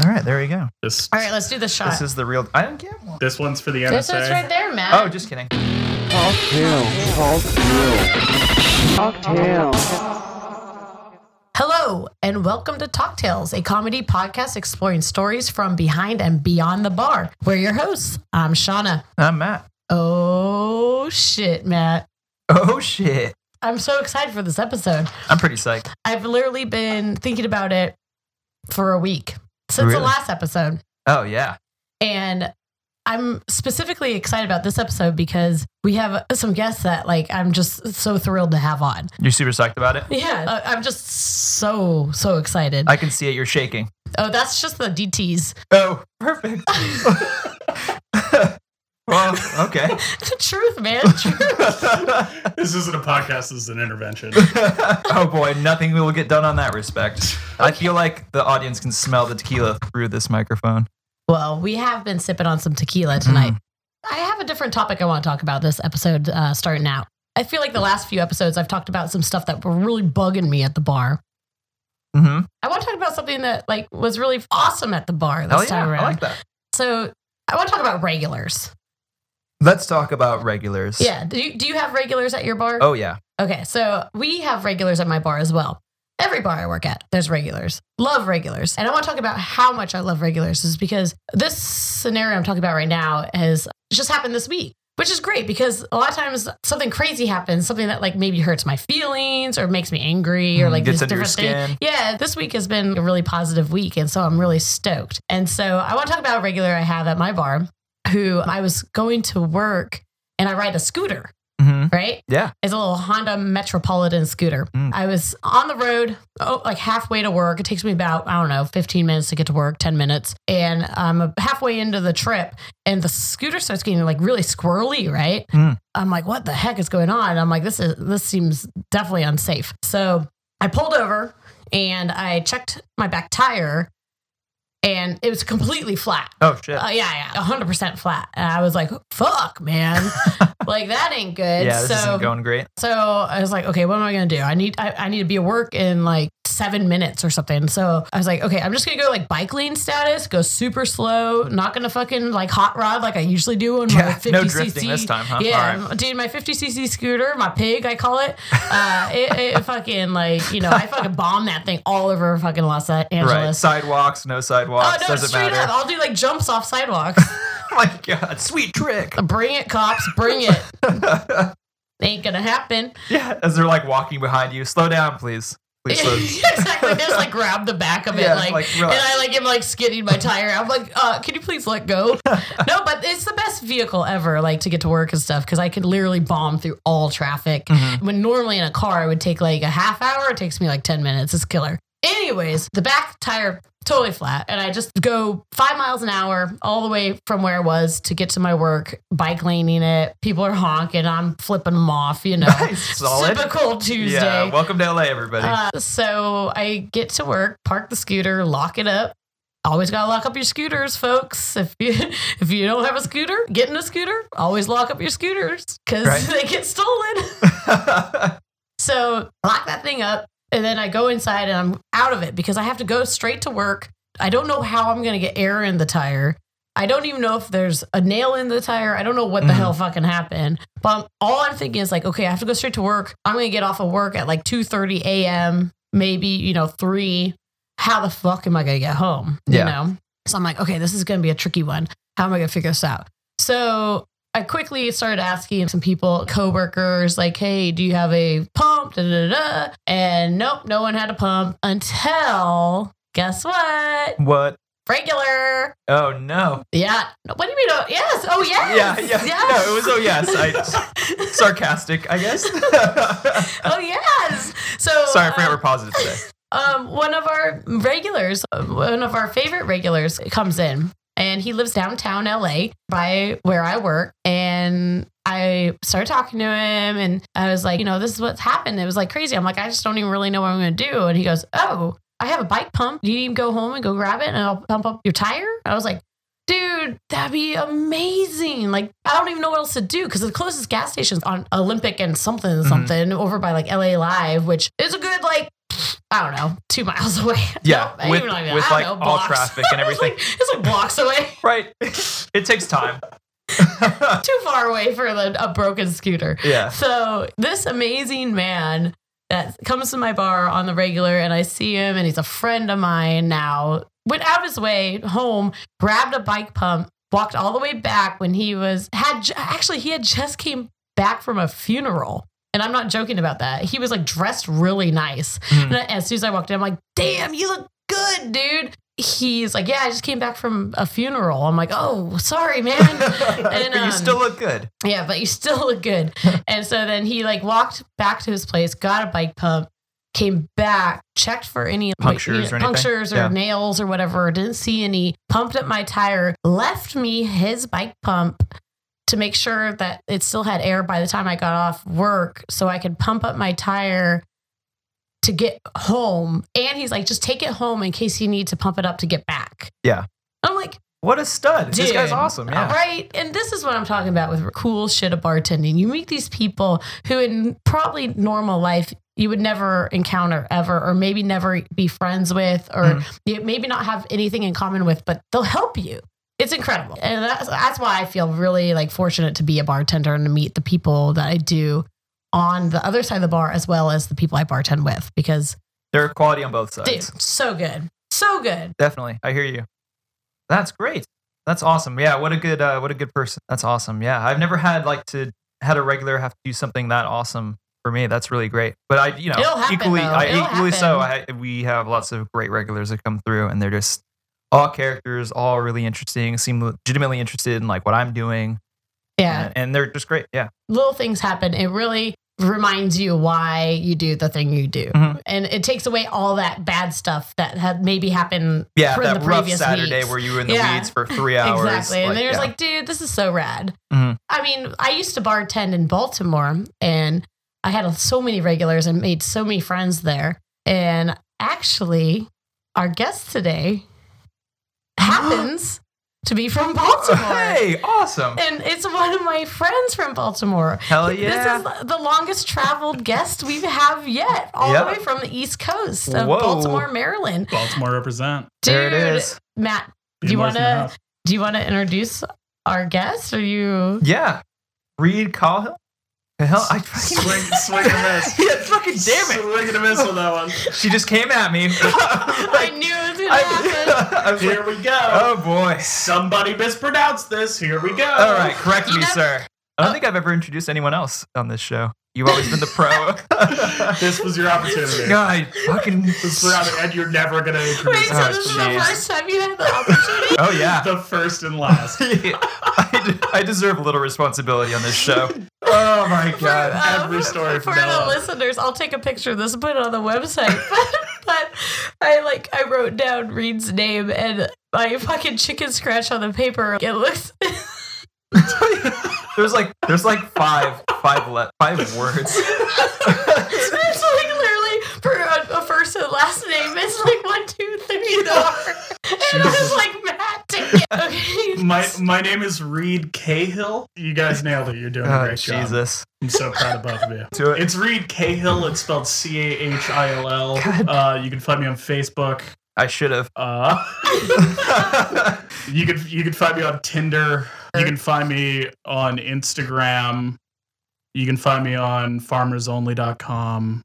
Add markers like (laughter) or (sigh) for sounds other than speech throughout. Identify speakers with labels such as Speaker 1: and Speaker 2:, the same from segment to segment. Speaker 1: All right, there you go.
Speaker 2: This
Speaker 3: All right, let's do the shot.
Speaker 1: This is the real. I don't get
Speaker 3: uh,
Speaker 1: one.
Speaker 2: this one's for the NSA.
Speaker 3: This is right there, Matt.
Speaker 1: Oh, just kidding.
Speaker 3: Hello, and welcome to Talk Tales, a comedy podcast exploring stories from behind and beyond the bar. We're your hosts. I'm Shauna.
Speaker 1: I'm Matt.
Speaker 3: Oh, shit, Matt.
Speaker 1: Oh shit!
Speaker 3: I'm so excited for this episode.
Speaker 1: I'm pretty psyched.
Speaker 3: I've literally been thinking about it for a week since the
Speaker 1: Really?
Speaker 3: last episode.
Speaker 1: Oh yeah.
Speaker 3: And I'm specifically excited about this episode because we have some guests that like I'm just so thrilled to have on.
Speaker 1: You're super psyched about it.
Speaker 3: Yeah, I- I'm just so so excited.
Speaker 1: I can see it. You're shaking.
Speaker 3: oh, that's just the DTs.
Speaker 1: Oh, perfect. (laughs) well, okay.
Speaker 3: (laughs)
Speaker 1: (laughs)
Speaker 3: the truth, (laughs) man.
Speaker 2: (laughs) This isn't a podcast. This is an intervention.
Speaker 1: oh boy, nothing will get done on that respect. I feel like the audience can smell the tequila through this microphone.
Speaker 3: well, we have been sipping on some
Speaker 1: Mm.
Speaker 3: tequila tonight. I have a different topic I want to talk about this episode uh, starting out. I feel like the last few episodes I've talked about some stuff that were really bugging me at the bar.
Speaker 1: Mm-hmm.
Speaker 3: I want to talk about something that like was really awesome at the bar this
Speaker 1: Hell Oh, yeah,
Speaker 3: time around.
Speaker 1: I like that.
Speaker 3: So I want to talk about regulars.
Speaker 1: Let's talk about regulars.
Speaker 3: Yeah. Do you, do you have regulars at your bar?
Speaker 1: Oh yeah.
Speaker 3: Okay. So we have regulars at my bar as well. Every bar I work at, there's regulars. Love regulars. And I want to talk about how much I love regulars is because this scenario I'm talking about right now has just happened this week. Which is great because a lot of times something crazy happens, something that like maybe hurts my feelings or makes me angry or
Speaker 1: Mm,
Speaker 3: like
Speaker 1: gets
Speaker 3: this
Speaker 1: under your
Speaker 3: different thing.
Speaker 1: skin.
Speaker 3: Yeah, this week has been a really positive week, and so I'm really stoked. And so I want to talk about a regular I have at my bar who I was going to work and I ride a scooter,
Speaker 1: Mm-hmm.
Speaker 3: right?
Speaker 1: Yeah.
Speaker 3: It's a little Honda Metropolitan scooter.
Speaker 1: Mm.
Speaker 3: I was on the road, oh, like halfway to work. It takes me about, I don't know, 15 minutes to get to work, 10 minutes. And I'm halfway into the trip, and the scooter starts getting like really squirrely, right?
Speaker 1: Mm.
Speaker 3: I'm like, what the heck is going on? I'm like, this is this seems definitely unsafe. So I pulled over and I checked my back tire and it was completely flat.
Speaker 1: Oh shit.
Speaker 3: Uh, yeah, yeah, 100% flat. And I was like,
Speaker 1: (laughs)
Speaker 3: fuck, man. like, that ain't good.
Speaker 1: yeah, this
Speaker 3: so,
Speaker 1: isn't going great.
Speaker 3: so I was like, okay, what am I gonna do? I need I, I need to be at work in like seven minutes or something. So I was like, okay, I'm just gonna go like bike lane status, go super slow, not gonna fucking like hot rod like I usually do on my
Speaker 1: Yeah,
Speaker 3: 50
Speaker 1: no drifting
Speaker 3: cc.
Speaker 1: this time, huh?
Speaker 3: Yeah,
Speaker 1: All
Speaker 3: dude, my 50 cc scooter, my pig, I call it. Uh, it, it fucking like you know, I fucking bomb that thing all over fucking Los
Speaker 1: Right.
Speaker 3: Angeles.
Speaker 1: Sidewalks, no sidewalks,
Speaker 3: oh no,
Speaker 1: doesn't
Speaker 3: straight up,
Speaker 1: matter.
Speaker 3: I'll do like jumps off sidewalks.
Speaker 1: (laughs) Oh my god, sweet trick.
Speaker 3: bring it, cops, bring it.
Speaker 1: (laughs)
Speaker 3: Ain't gonna happen.
Speaker 1: Yeah, as they're like walking behind you, slow down, please.
Speaker 3: (laughs)
Speaker 1: Please slow.
Speaker 3: exactly. Just like grab the back of it,
Speaker 1: Yeah,
Speaker 3: like,
Speaker 1: like,
Speaker 3: and
Speaker 1: relax.
Speaker 3: I like am like skidding my tire. I'm like, uh, can you please
Speaker 1: (laughs)
Speaker 3: let go? no, but it's the best vehicle ever, like to get to work and stuff, because I could literally bomb through all traffic.
Speaker 1: Mhm.
Speaker 3: When normally in a car, it would take like a half hour. It takes me like ten minutes. It's killer. Anyways, the back tire totally flat, and I just go five miles an hour all the way from where I was to get to my work, bike laning it. People are honking. I'm flipping them off. You know,
Speaker 1: Nice, (laughs) solid.
Speaker 3: Super cool Tuesday.
Speaker 1: Yeah, welcome to LA, everybody.
Speaker 3: Uh, so I get to work, park the scooter, lock it up. Always gotta lock up your scooters, folks. If you (laughs) if you don't have a scooter, getting a scooter, always lock up your scooters because
Speaker 1: Right.
Speaker 3: (laughs) they get stolen. Uh, So lock that thing up, and then I go inside and I'm out of it because I have to go straight to work. I don't know how I'm gonna get air in the tire. I don't even know if there's a nail in the tire. I don't know what the
Speaker 1: Mhm.
Speaker 3: hell fucking happened. But I'm- all I'm thinking is like, okay, I have to go straight to work. I'm gonna get off of work at like 2:30 a.m. Maybe you know three. How the fuck am I gonna get home?
Speaker 1: Yeah.
Speaker 3: You know. So I'm like, okay, this is gonna be a tricky one. How am I gonna figure this out? So I quickly started asking some people, coworkers, like, hey, do you have a pump? Da, da, da, da. And nope, no one had a pump until guess
Speaker 1: (laughs)
Speaker 3: what?
Speaker 1: what?
Speaker 3: Regular.
Speaker 1: Oh no.
Speaker 3: Yeah. What do you mean? Oh, yes. Oh, yes.
Speaker 1: Yeah, yeah.
Speaker 3: Yes.
Speaker 1: No, it was oh yes. I sarcastic, I guess.
Speaker 3: (laughs)
Speaker 1: (laughs)
Speaker 3: oh, yes. So
Speaker 1: Sorry, I forgot
Speaker 3: uh,
Speaker 1: we're positive today.
Speaker 3: um, one of our regulars, uh, one of our favorite regulars, comes in, and he lives downtown LA by where I work. And I started talking to him, and I was like, you know, this is what's happened. It was like crazy. I'm like, I just don't even really know what I'm going to do. And he goes, Oh, I have a bike pump. Do you need to go home and go grab it, and I'll pump up your tire? I was like. Dude, that'd be amazing. Like, I don't even know what else to do because the closest gas station's on Olympic and something, something over by like LA Live, which is a good, like, I don't know, two miles (laughs) away.
Speaker 1: Yeah,
Speaker 3: No,
Speaker 1: with-
Speaker 3: even not even-
Speaker 1: with,
Speaker 3: I don't
Speaker 1: like,
Speaker 3: know,
Speaker 1: all
Speaker 3: blocks. (laughs)
Speaker 1: traffic and
Speaker 3: It's like- it's like blocks away. (laughs)
Speaker 1: Right. It takes time. (laughs)
Speaker 3: too far away for the, a broken scooter.
Speaker 1: yeah.
Speaker 3: So this amazing man that comes to my bar on the regular, and I see him, and he's a friend of mine now. Went out of his way home, grabbed a bike pump, walked all the way back when he was had ju- actually he had just came back from a funeral. And I'm not joking about that. He was like dressed really nice.
Speaker 1: Hmm.
Speaker 3: (laughs) And as soon as I walked in, I'm like, damn, you look good, dude. He's like, yeah, I just came back from a funeral. I'm like, oh, sorry, man.
Speaker 1: (laughs) but
Speaker 3: um,
Speaker 1: you still look good.
Speaker 3: Yeah, but you still (laughs) look good. and so then he like walked back to his place, got a bike pump, came back, checked for any like,
Speaker 1: Punctures
Speaker 3: you know,
Speaker 1: or anything?
Speaker 3: punctures or
Speaker 1: Yeah.
Speaker 3: nails or whatever. Didn't see any. Pumped up my tire, left me his bike pump to make sure that it still had air by the time I got off work, so I could pump up my tire to get home. And he's like, just take it home in case you need to pump it up to get back.
Speaker 1: Yeah.
Speaker 3: I'm like,
Speaker 1: What a stud. this guy's
Speaker 3: Dude.
Speaker 1: awesome. Yeah.
Speaker 3: Right. And this is what I'm talking about with cool shit of bartending. You meet these people who, in probably normal life, you would never encounter ever, or maybe never be friends with, or
Speaker 1: Mm-hmm.
Speaker 3: you maybe not have anything in common with, but they'll help you. It's incredible. And that's, that's why I feel really like fortunate to be a bartender and to meet the people that I do on the other side of the bar, as well as the people I bartend with, because
Speaker 1: They're quality on both sides.
Speaker 3: dude, so good. So good.
Speaker 1: Definitely. I hear you. That's great. That's awesome. Yeah. What a good, uh, what a good person. That's awesome. Yeah. I've never had like to, had a regular have to do something that awesome for me. That's really great. But I, you know,
Speaker 3: It'll happen,
Speaker 1: equally,
Speaker 3: though.
Speaker 1: I,
Speaker 3: It'll
Speaker 1: equally so, I, we have lots of great regulars that come through and they're just all characters, all really interesting, seem legitimately interested in like what I'm doing.
Speaker 3: Yeah.
Speaker 1: And, and they're just great. Yeah.
Speaker 3: little things happen, it really reminds you why you do the thing you do.
Speaker 1: Mhm.
Speaker 3: And it takes away all that bad stuff that had maybe happened
Speaker 1: Yeah.
Speaker 3: from
Speaker 1: that
Speaker 3: the
Speaker 1: rough
Speaker 3: previous
Speaker 1: Saturday
Speaker 3: weeks.
Speaker 1: where you were in the
Speaker 3: Yeah.
Speaker 1: weeds for three hours.
Speaker 3: (laughs) Exactly. and
Speaker 1: like,
Speaker 3: they're
Speaker 1: yeah.
Speaker 3: just like, dude, this is so rad.
Speaker 1: Mhm.
Speaker 3: I mean, I used to bartend in Baltimore and I had so many regulars and made so many friends there. And actually, our guest today happens to be from Baltimore.
Speaker 1: Oh, Hey, awesome.
Speaker 3: And it's one of my friends from Baltimore.
Speaker 1: Hell yeah.
Speaker 3: This is the longest traveled guest we have yet, all
Speaker 1: Yeah.
Speaker 3: the way from the East Coast of
Speaker 1: Whoa.
Speaker 3: Baltimore, Maryland.
Speaker 2: Baltimore represent.
Speaker 3: Dude,
Speaker 1: there it is.
Speaker 3: Matt,
Speaker 2: Be
Speaker 3: Do you
Speaker 2: more than
Speaker 3: wanna- (laughs)
Speaker 2: enough.
Speaker 3: do you want to introduce our guest?
Speaker 1: (laughs)
Speaker 3: Are you?
Speaker 1: Yeah. Reed Cahill? Cahill? (laughs) I fucking
Speaker 2: swing, swing and miss?
Speaker 1: yeah, fucking (laughs) damn it.
Speaker 2: Swing and a miss on that one.
Speaker 1: She just came at me. (laughs)
Speaker 3: (laughs) I
Speaker 1: Like,
Speaker 3: knew it was gonna happen.
Speaker 1: (laughs) I, I was like,
Speaker 2: Here we go.
Speaker 1: oh boy.
Speaker 2: Somebody mispronounced this. Here we go.
Speaker 1: All right, correct
Speaker 3: You
Speaker 1: me,
Speaker 3: know-
Speaker 1: sir. I don't think I've ever introduced anyone else on this show. You've always been the (laughs) pro.
Speaker 2: (laughs) This was your opportunity.
Speaker 1: God, fucking. (laughs)
Speaker 2: This was your opportunity, and you're never gonna
Speaker 3: Wait, (laughs)
Speaker 2: introduce
Speaker 3: so
Speaker 1: Oh,
Speaker 3: this is the
Speaker 1: jeez.
Speaker 3: first time you had the opportunity?
Speaker 1: Oh, yeah. (laughs)
Speaker 2: the first and last.
Speaker 1: I, de- I deserve a little responsibility on this show. (laughs) (laughs) Oh my
Speaker 3: For,
Speaker 1: god.
Speaker 3: uh,
Speaker 2: every story
Speaker 3: for
Speaker 2: from
Speaker 3: the
Speaker 2: now on.
Speaker 3: listeners, I'll take a picture of this and put it on the website. (laughs) but I like I wrote down Reed's name and my fucking chicken scratch on the paper. It looks
Speaker 1: (laughs) There's like there's like five five le- five words. (laughs) Oh,
Speaker 3: It's like literally for a, a first and last name. It's like one, two, three, four. And I was like, Matt, take it.
Speaker 2: (laughs)
Speaker 3: Okay.
Speaker 2: My my name is Reed Cahill. You guys nailed it. You're doing a
Speaker 1: Oh,
Speaker 2: great job.
Speaker 1: Jesus.
Speaker 2: I'm so proud of both of you.
Speaker 1: To it.
Speaker 2: It's Reed Cahill. It's spelled C A H I L L.
Speaker 1: God.
Speaker 2: Uh, you can find me on Facebook.
Speaker 1: I should have.
Speaker 2: Uh, (laughs) you can you can find me on Tinder. You can find me on Instagram. You can find me on FarmersOnly.com.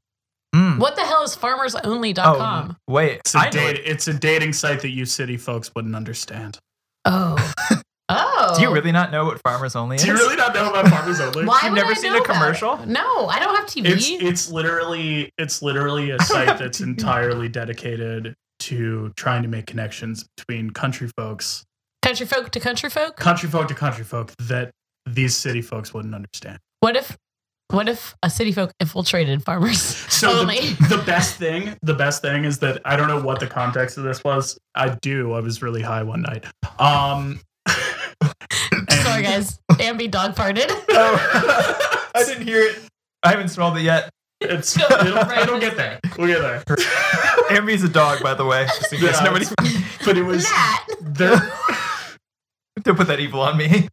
Speaker 1: Mm.
Speaker 3: What the hell is farmersonly.com?
Speaker 1: Oh, wait.
Speaker 2: It's
Speaker 1: I
Speaker 2: a,
Speaker 1: know
Speaker 2: date,
Speaker 1: it.
Speaker 2: it's a dating site that you city folks wouldn't understand.
Speaker 3: Oh. (laughs) Oh.
Speaker 1: Do you really not know what Farmers Only is?
Speaker 2: Do you really not know about Farmers Only?
Speaker 3: Why
Speaker 1: You've
Speaker 3: would
Speaker 1: never
Speaker 3: I
Speaker 1: seen
Speaker 3: know
Speaker 1: a
Speaker 3: about
Speaker 1: commercial?
Speaker 3: it? No, I don't have TV.
Speaker 2: It's it's literally it's literally a site that's entirely dedicated to trying to make connections between country folks,
Speaker 3: country folk to country folk.
Speaker 2: country folk to country folk that these city folks wouldn't understand.
Speaker 3: What if what if a city folk infiltrated
Speaker 2: (laughs)
Speaker 3: farmers
Speaker 2: So
Speaker 3: only?
Speaker 2: the, the best thing, the best thing is that I don't know what the context of this was. I do. I was really high one night. Um,
Speaker 3: Sorry guys. Ambi dog farted.
Speaker 1: (laughs) Oh, I didn't hear it. I haven't smelled it yet.
Speaker 2: It's
Speaker 3: Go
Speaker 2: it'll,
Speaker 3: (laughs) right
Speaker 2: it'll
Speaker 3: this
Speaker 2: get there. We'll get there.
Speaker 1: Amy's a dog, by the way. Just in case
Speaker 2: Yeah,
Speaker 1: nobody (laughs)
Speaker 2: (laughs) But it was
Speaker 3: Matt.
Speaker 2: there.
Speaker 1: don't put that (laughs) evil on me.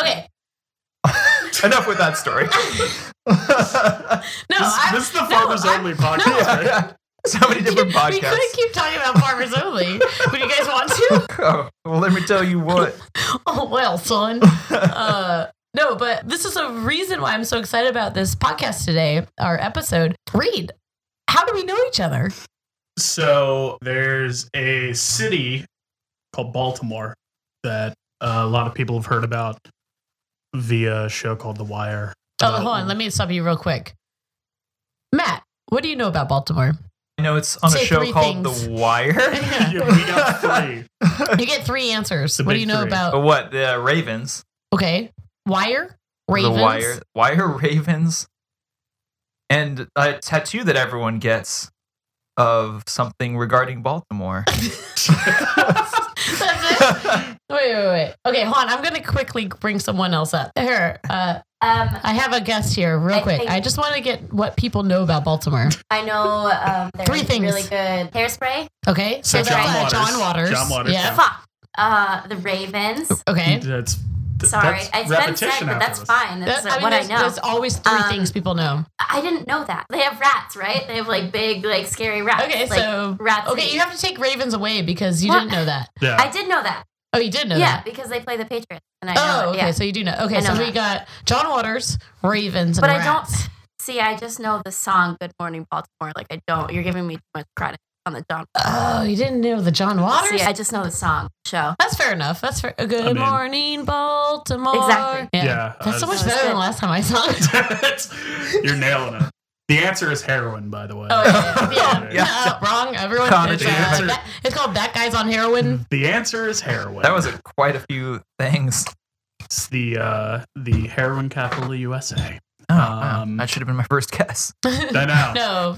Speaker 3: Okay.
Speaker 1: Enough with that
Speaker 3: (laughs)
Speaker 1: story.
Speaker 3: No,
Speaker 2: this,
Speaker 3: I,
Speaker 2: this is the
Speaker 3: (laughs) no,
Speaker 2: farmers
Speaker 3: I'm-
Speaker 2: only podcast.
Speaker 1: Yeah,
Speaker 2: right?
Speaker 1: yeah. So many different
Speaker 3: (laughs) We
Speaker 1: podcasts.
Speaker 3: couldn't keep talking about farmers only. Would you guys want to?
Speaker 1: Oh, well, let me tell you what.
Speaker 3: (laughs) Oh well, son. Uh, no, but this is a reason why I'm so excited about this podcast today. Our episode. Read. How do we know each other?
Speaker 2: So there's a city called Baltimore that uh, a lot of people have heard about via a show called The Wire.
Speaker 3: Oh, hold on. Let me stop you real quick. Matt, what do you know about Baltimore?
Speaker 1: I know it's on
Speaker 3: Say
Speaker 1: a show
Speaker 3: three
Speaker 1: called
Speaker 3: things.
Speaker 1: The Wire.
Speaker 2: (laughs)
Speaker 3: (laughs)
Speaker 2: yeah,
Speaker 3: you
Speaker 2: we got three.
Speaker 3: get three answers.
Speaker 2: The
Speaker 3: What do
Speaker 2: big
Speaker 3: you know
Speaker 2: three. Oh.
Speaker 1: But
Speaker 3: about?
Speaker 1: what? The Ravens.
Speaker 3: Okay, wire, ravens.
Speaker 1: The Wire. Wire (laughs) Ravens. And a tattoo that everyone gets of something regarding Baltimore. (laughs)
Speaker 3: (laughs) That's it? Wait, wait, wait. Okay, hold on. I'm gonna quickly bring someone else up. Here, uh,
Speaker 4: Um,
Speaker 3: I have a guest here, real
Speaker 4: I
Speaker 3: quick.
Speaker 4: think-
Speaker 3: I just want to get what people know about Baltimore.
Speaker 4: I know um, there's
Speaker 3: Three things.
Speaker 4: really good hairspray.
Speaker 3: Okay,
Speaker 2: So John
Speaker 3: uh,
Speaker 2: Waters.
Speaker 3: John Waters.
Speaker 2: John Waters,
Speaker 3: Yeah.
Speaker 2: yeah.
Speaker 4: Fuck. Uh, the Ravens.
Speaker 3: Okay.
Speaker 2: That's th-
Speaker 4: Sorry,
Speaker 2: Oh, that's
Speaker 4: it's been
Speaker 2: repetition
Speaker 4: said, but
Speaker 2: after
Speaker 4: that's
Speaker 2: this.
Speaker 4: fine. That's
Speaker 3: That- I mean,
Speaker 4: what I
Speaker 3: there's,
Speaker 4: know.
Speaker 3: there's always three
Speaker 4: Um,
Speaker 3: things people know.
Speaker 4: I didn't know that they have rats, right? They have like big, like scary rats.
Speaker 3: Okay,
Speaker 4: like,
Speaker 3: so
Speaker 4: rats.
Speaker 3: okay, you have to take Ravens away because you
Speaker 4: What?
Speaker 3: didn't know that.
Speaker 2: Yeah.
Speaker 4: I did know that.
Speaker 3: Oh, you did know
Speaker 4: yeah,
Speaker 3: that.
Speaker 4: because they play the Patriots, and I know.
Speaker 3: Oh,
Speaker 4: it,
Speaker 3: okay.
Speaker 4: Yeah.
Speaker 3: So you do know. Okay,
Speaker 4: I
Speaker 3: so
Speaker 4: know
Speaker 3: we got John Waters, Ravens, and
Speaker 4: But I don't-
Speaker 3: rats.
Speaker 4: See, I just know the song "Good Morning Baltimore." Like I don't. You're giving me too much credit on the John.
Speaker 3: Oh, you didn't know the John Waters.
Speaker 4: See, I just know the song. Show.
Speaker 3: That's fair enough. That's fair. Good
Speaker 2: mean-
Speaker 3: morning, Baltimore.
Speaker 4: Exactly.
Speaker 3: Yeah.
Speaker 2: Yeah,
Speaker 3: That's so
Speaker 2: uh,
Speaker 3: much
Speaker 4: That was
Speaker 3: better than
Speaker 4: good.
Speaker 3: last time I saw
Speaker 4: (laughs)
Speaker 3: it.
Speaker 2: That's- (laughs) you're nailing it. The answer is heroin, by the way.
Speaker 3: Oh, yeah. (laughs)
Speaker 2: (laughs)
Speaker 3: yeah.
Speaker 1: Yeah.
Speaker 3: No, wrong. Everyone.
Speaker 1: Connor,
Speaker 3: It's,
Speaker 2: the
Speaker 3: uh,
Speaker 2: answer-
Speaker 3: that, it's called That Guy's on Heroin.
Speaker 2: The answer is heroin.
Speaker 1: that was a, quite a few things.
Speaker 2: It's the uh, the heroin capital of
Speaker 3: (laughs)
Speaker 2: USA.
Speaker 1: Oh, wow.
Speaker 2: Um,
Speaker 1: that should have been my first guess.
Speaker 2: I know.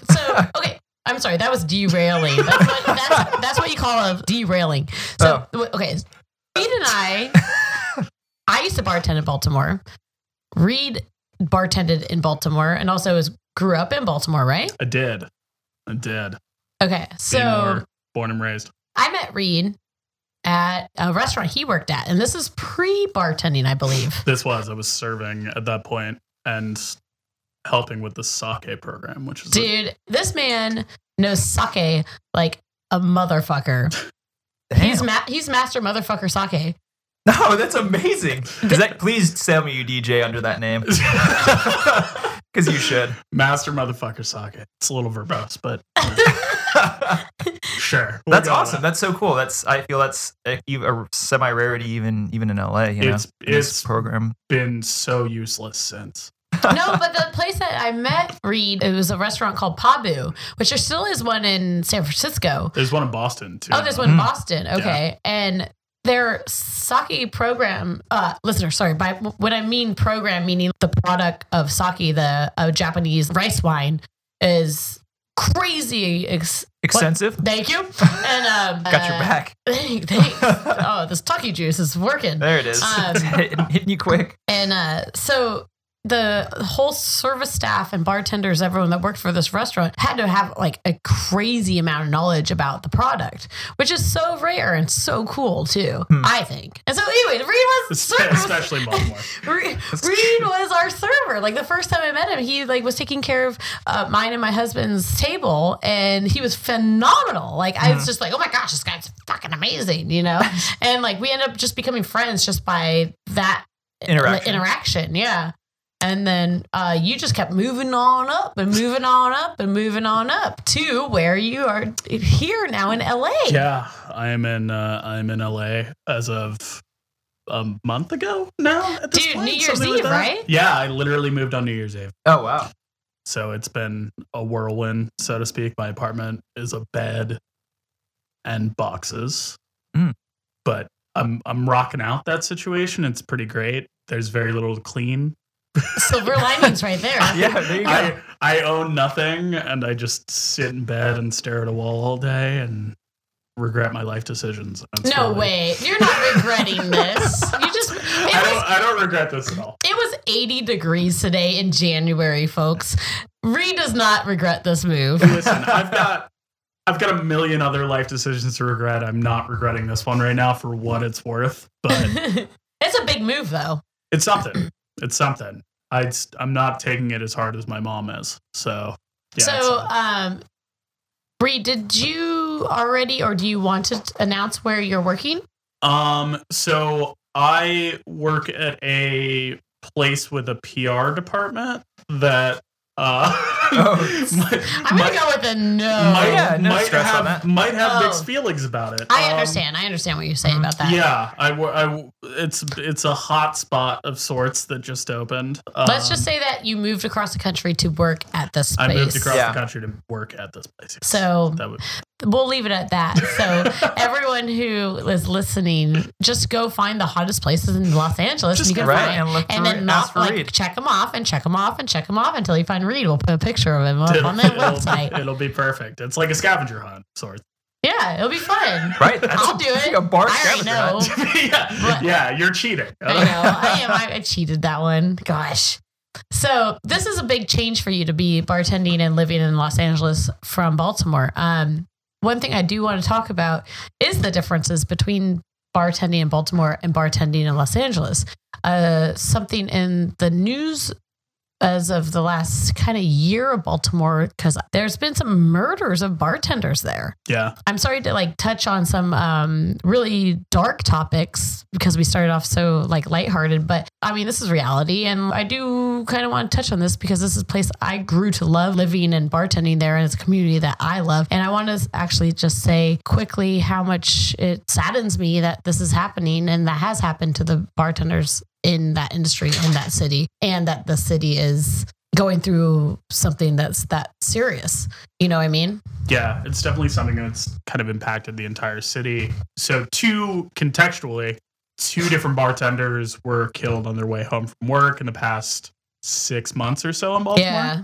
Speaker 3: No. So, okay. I'm sorry. That was derailing. That's what, that's, that's what you call a derailing. So, w okay. Reed and I, I used to bartend in Baltimore. Reed bartended in Baltimore and also was, grew up in Baltimore, right?
Speaker 2: I did. I did.
Speaker 3: Okay. So,
Speaker 2: Being where born and raised.
Speaker 3: I met Reed at a restaurant he worked at, and this is pre bartending, I believe.
Speaker 2: This was I was serving at that point and helping with the sake program, which is
Speaker 3: Dude, this man knows sake like a motherfucker. (laughs) He's
Speaker 1: Damn. (laughs)
Speaker 3: ma- he's master motherfucker sake.
Speaker 1: No, that's amazing. Is that please sell me you DJ under that
Speaker 2: (laughs)
Speaker 1: name? (laughs) Because you should.
Speaker 2: master motherfucker sake. It's a little verbose, but sure. We'll
Speaker 1: that's
Speaker 2: go with
Speaker 1: awesome.
Speaker 2: that.
Speaker 1: That's so cool. That's I feel that's a, a semi rarity even even in LA. You know,
Speaker 2: It's-
Speaker 1: in this
Speaker 2: it's-
Speaker 1: program.
Speaker 2: Been so useless since.
Speaker 3: no, but the place that I met Reed, it was a restaurant called Pabu, which there still is one in San Francisco.
Speaker 2: There's one in Boston too.
Speaker 3: Oh, there's one in
Speaker 1: Mm.
Speaker 3: Boston. Okay. And their sake program, uh, listener, sorry, by what I mean program, meaning the product of sake, the uh, Japanese rice wine, is crazy. Ex-
Speaker 1: Extensive.
Speaker 3: Thank you. And um,
Speaker 1: (laughs) Got your
Speaker 3: uh, (laughs)
Speaker 1: back.
Speaker 3: Thanks. oh, this Taki juice is working.
Speaker 1: There it is.
Speaker 3: um,
Speaker 1: It's (laughs) hitting, hitting you quick.
Speaker 3: And uh, so the whole service staff and bartenders, everyone that worked for this restaurant, had to have like a crazy amount of knowledge about the product, which is so rare and so cool too.
Speaker 1: Hmm.
Speaker 3: I think. And so anyway, Reed was server.
Speaker 2: Especially
Speaker 3: (laughs)
Speaker 2: Baltimore.
Speaker 3: Reed Reed was our server. Like the first time I met him, he like was taking care of uh, mine and my husband's table, and he was phenomenal. Like I was just like, oh my gosh, this guy's fucking amazing, you know. and like we ended up just becoming friends just by that
Speaker 1: Interaction.
Speaker 3: like, interaction, yeah. And then uh, you just kept moving on up and moving on up and moving on up to where you are here now in LA.
Speaker 2: yeah, I am in uh, I'm in LA as of a month ago now. At this
Speaker 3: Dude,
Speaker 2: point,
Speaker 3: New Year's
Speaker 2: something like
Speaker 3: Eve,
Speaker 2: that.
Speaker 3: right?
Speaker 2: Yeah, I literally moved on New Year's Eve.
Speaker 1: Oh wow.
Speaker 2: So it's been a whirlwind, so to speak. My apartment is a bed and boxes.
Speaker 1: Mm.
Speaker 2: But I'm I'm rocking out that situation. It's pretty great. There's very little to clean.
Speaker 3: Silver linings right there.
Speaker 2: (laughs)
Speaker 1: Yeah. There you go.
Speaker 2: I, I own nothing and I just sit in bed and stare at a wall all day and regret my life decisions. That's
Speaker 3: No
Speaker 2: really-
Speaker 3: way. You're not regretting this. You
Speaker 2: (laughs)
Speaker 3: just
Speaker 2: I
Speaker 3: it was,
Speaker 2: don't I don't regret this at all.
Speaker 3: it was 80 degrees today in January, folks. Reed does not regret this move.
Speaker 2: Listen, I've got I've got a million other life decisions to regret. I'm not regretting this one right now for what it's worth, but
Speaker 3: (laughs) it's a big move though.
Speaker 2: It's something. It's something. I am not taking it as hard as my mom is. So yeah,
Speaker 3: so,
Speaker 2: it's-
Speaker 3: um, Bree, did you already, or do you want to t- announce where you're working?
Speaker 2: um, so I work at a place with a PR department that uh, (laughs)
Speaker 1: Oh.
Speaker 2: my-
Speaker 3: I'm gonna
Speaker 2: my-
Speaker 3: go with a no.
Speaker 2: might,
Speaker 1: Yeah, no
Speaker 2: might
Speaker 1: stress on
Speaker 2: have,
Speaker 1: that.
Speaker 2: Might have
Speaker 3: Oh.
Speaker 2: mixed feelings about it.
Speaker 3: I
Speaker 2: Um,
Speaker 3: understand. I understand what you're saying about that.
Speaker 2: Yeah, I, wo- I wo- it's it's a hot spot of sorts that just opened.
Speaker 3: Let's
Speaker 2: Um,
Speaker 3: just say that you moved across the country to work at this
Speaker 2: I
Speaker 3: place.
Speaker 2: moved across
Speaker 1: Yeah.
Speaker 2: the country to work at this place.
Speaker 3: So
Speaker 2: that would
Speaker 3: we'll leave it at that. So everyone who is listening, just go find the hottest places in Los Angeles.
Speaker 2: Just
Speaker 3: and you can
Speaker 2: go
Speaker 1: Right,
Speaker 3: find-
Speaker 1: and look for,
Speaker 3: and then
Speaker 1: ask
Speaker 3: not
Speaker 1: for
Speaker 3: like
Speaker 1: Reed.
Speaker 3: check them off and check them off and check them off until you find Reed. We'll put a picture of him up
Speaker 2: it'll,
Speaker 3: on their
Speaker 2: it'll-
Speaker 3: website.
Speaker 2: it'll be perfect. It's like a scavenger hunt of sorts.
Speaker 3: Yeah, it'll be fun.
Speaker 1: Right, that's
Speaker 3: I'll do it.
Speaker 1: A bar
Speaker 3: I already
Speaker 1: scavenger hunt.
Speaker 2: (laughs)
Speaker 3: know.
Speaker 2: yeah,
Speaker 3: But-
Speaker 2: yeah, you're cheating.
Speaker 3: Oh. I know. I am. I, I cheated that one. Gosh. So this is a big change for you to be bartending and living in Los Angeles from Baltimore. Um, one thing I do want to talk about is the differences between bartending in Baltimore and bartending in Los Angeles. Uh, something in the news as of the last kind of year of Baltimore, because there's been some murders of bartenders there.
Speaker 2: (laughs) Yeah,
Speaker 3: I'm sorry to like touch on some um, really dark topics because we started off so like lighthearted, but I mean this is reality, and I do kind of want to touch on this because this is a place I grew to love living and bartending there, and it's a community that I love. And I want to actually just say quickly how much it saddens me that this is happening and that has happened to the bartenders in that industry in that city, and that the city is going through something that's that serious. You know what I mean?
Speaker 2: yeah, it's definitely something that's kind of impacted the entire city. So, two contextually, two different bartenders were killed on their way home from work in the past six months or so in Baltimore.
Speaker 3: Yeah.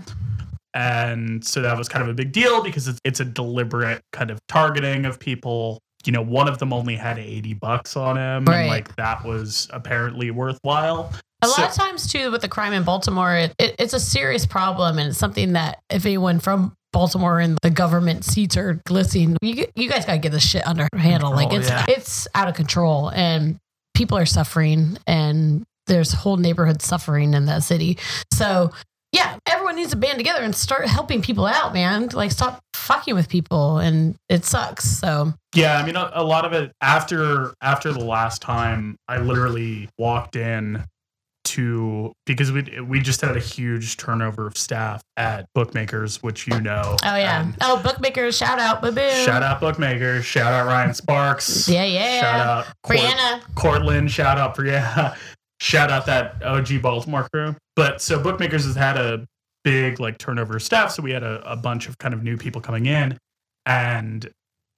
Speaker 2: and so that was kind of a big deal because it's, it's a deliberate kind of targeting of people you know one of them only had 80 bucks on him
Speaker 3: Right.
Speaker 2: and like that was apparently worthwhile
Speaker 3: A lot of
Speaker 2: So-
Speaker 3: times too with the crime in Baltimore, it, it, it's a serious problem and it's something that if anyone from Baltimore and the government seats are listening, you g- you guys gotta get this shit under handle. Like
Speaker 1: Control,
Speaker 3: it's
Speaker 1: yeah.
Speaker 3: it's out of control and people are suffering and there's whole neighborhoods suffering in that city. So yeah, everyone needs to band together and start helping people out, man. Like stop fucking with people and it sucks. So
Speaker 2: yeah i mean a, a lot of it after after the last time i literally walked in to because we we just had a huge turnover of staff at bookmakers which you know
Speaker 3: oh yeah. oh bookmakers, shout out, boo boo.
Speaker 2: And Um, shout out bookmakers shout out ryan sparks
Speaker 3: Yeah, yeah.
Speaker 2: shout out Cor-
Speaker 3: Brianna.
Speaker 2: Cortland, shout out for (laughs) yeah, shout out that OG Baltimore crew. But so Bookmakers has had a big like turnover of staff, so we had a, a bunch of kind of new people coming in, and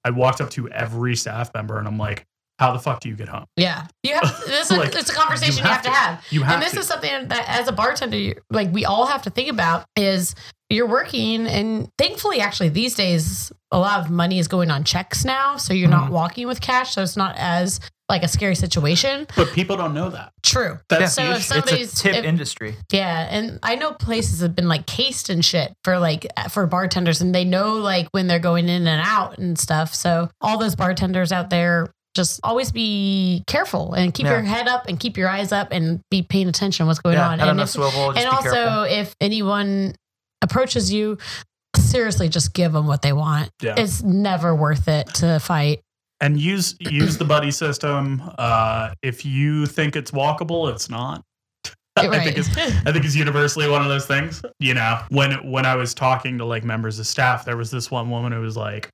Speaker 2: I walked up to every staff member and I'm like, "How the fuck do you get home?
Speaker 3: Yeah, you have. This is
Speaker 2: Like,
Speaker 3: it's a conversation you have, to, have,
Speaker 2: You have
Speaker 3: and this
Speaker 2: to."
Speaker 3: is something that as a bartender, you- like we all have to think about is you're working, and thankfully, actually, these days a lot of money is going on checks now, so you're not walking with cash, so it's not as like a scary situation.
Speaker 2: but people don't know that.
Speaker 3: True.
Speaker 2: That's
Speaker 3: So
Speaker 2: the
Speaker 3: if
Speaker 2: issue.
Speaker 3: some- somebody's-
Speaker 1: it's a tip
Speaker 3: if-
Speaker 1: industry.
Speaker 3: Yeah, and I know places have been like cased and shit for like for bartenders, and they know like when they're going in and out and stuff. So all those bartenders out there, just always be careful and keep
Speaker 1: Yeah.
Speaker 3: your head up and keep your eyes up and be paying attention to what's going
Speaker 1: Yeah,
Speaker 3: on.
Speaker 1: I don't
Speaker 3: And,
Speaker 1: know,
Speaker 3: if,
Speaker 1: swivel. Just
Speaker 3: and
Speaker 1: be
Speaker 3: also,
Speaker 1: careful.
Speaker 3: if anyone approaches you, seriously, just give them what they want.
Speaker 2: Yeah.
Speaker 3: It's never worth it
Speaker 1: (laughs)
Speaker 3: to fight.
Speaker 2: and use use the buddy system. Uh, if you think it's walkable, it's not. (laughs) I think it's I think it's universally one of those things. You know, when when I was talking to like members of staff, there was this one woman who was like,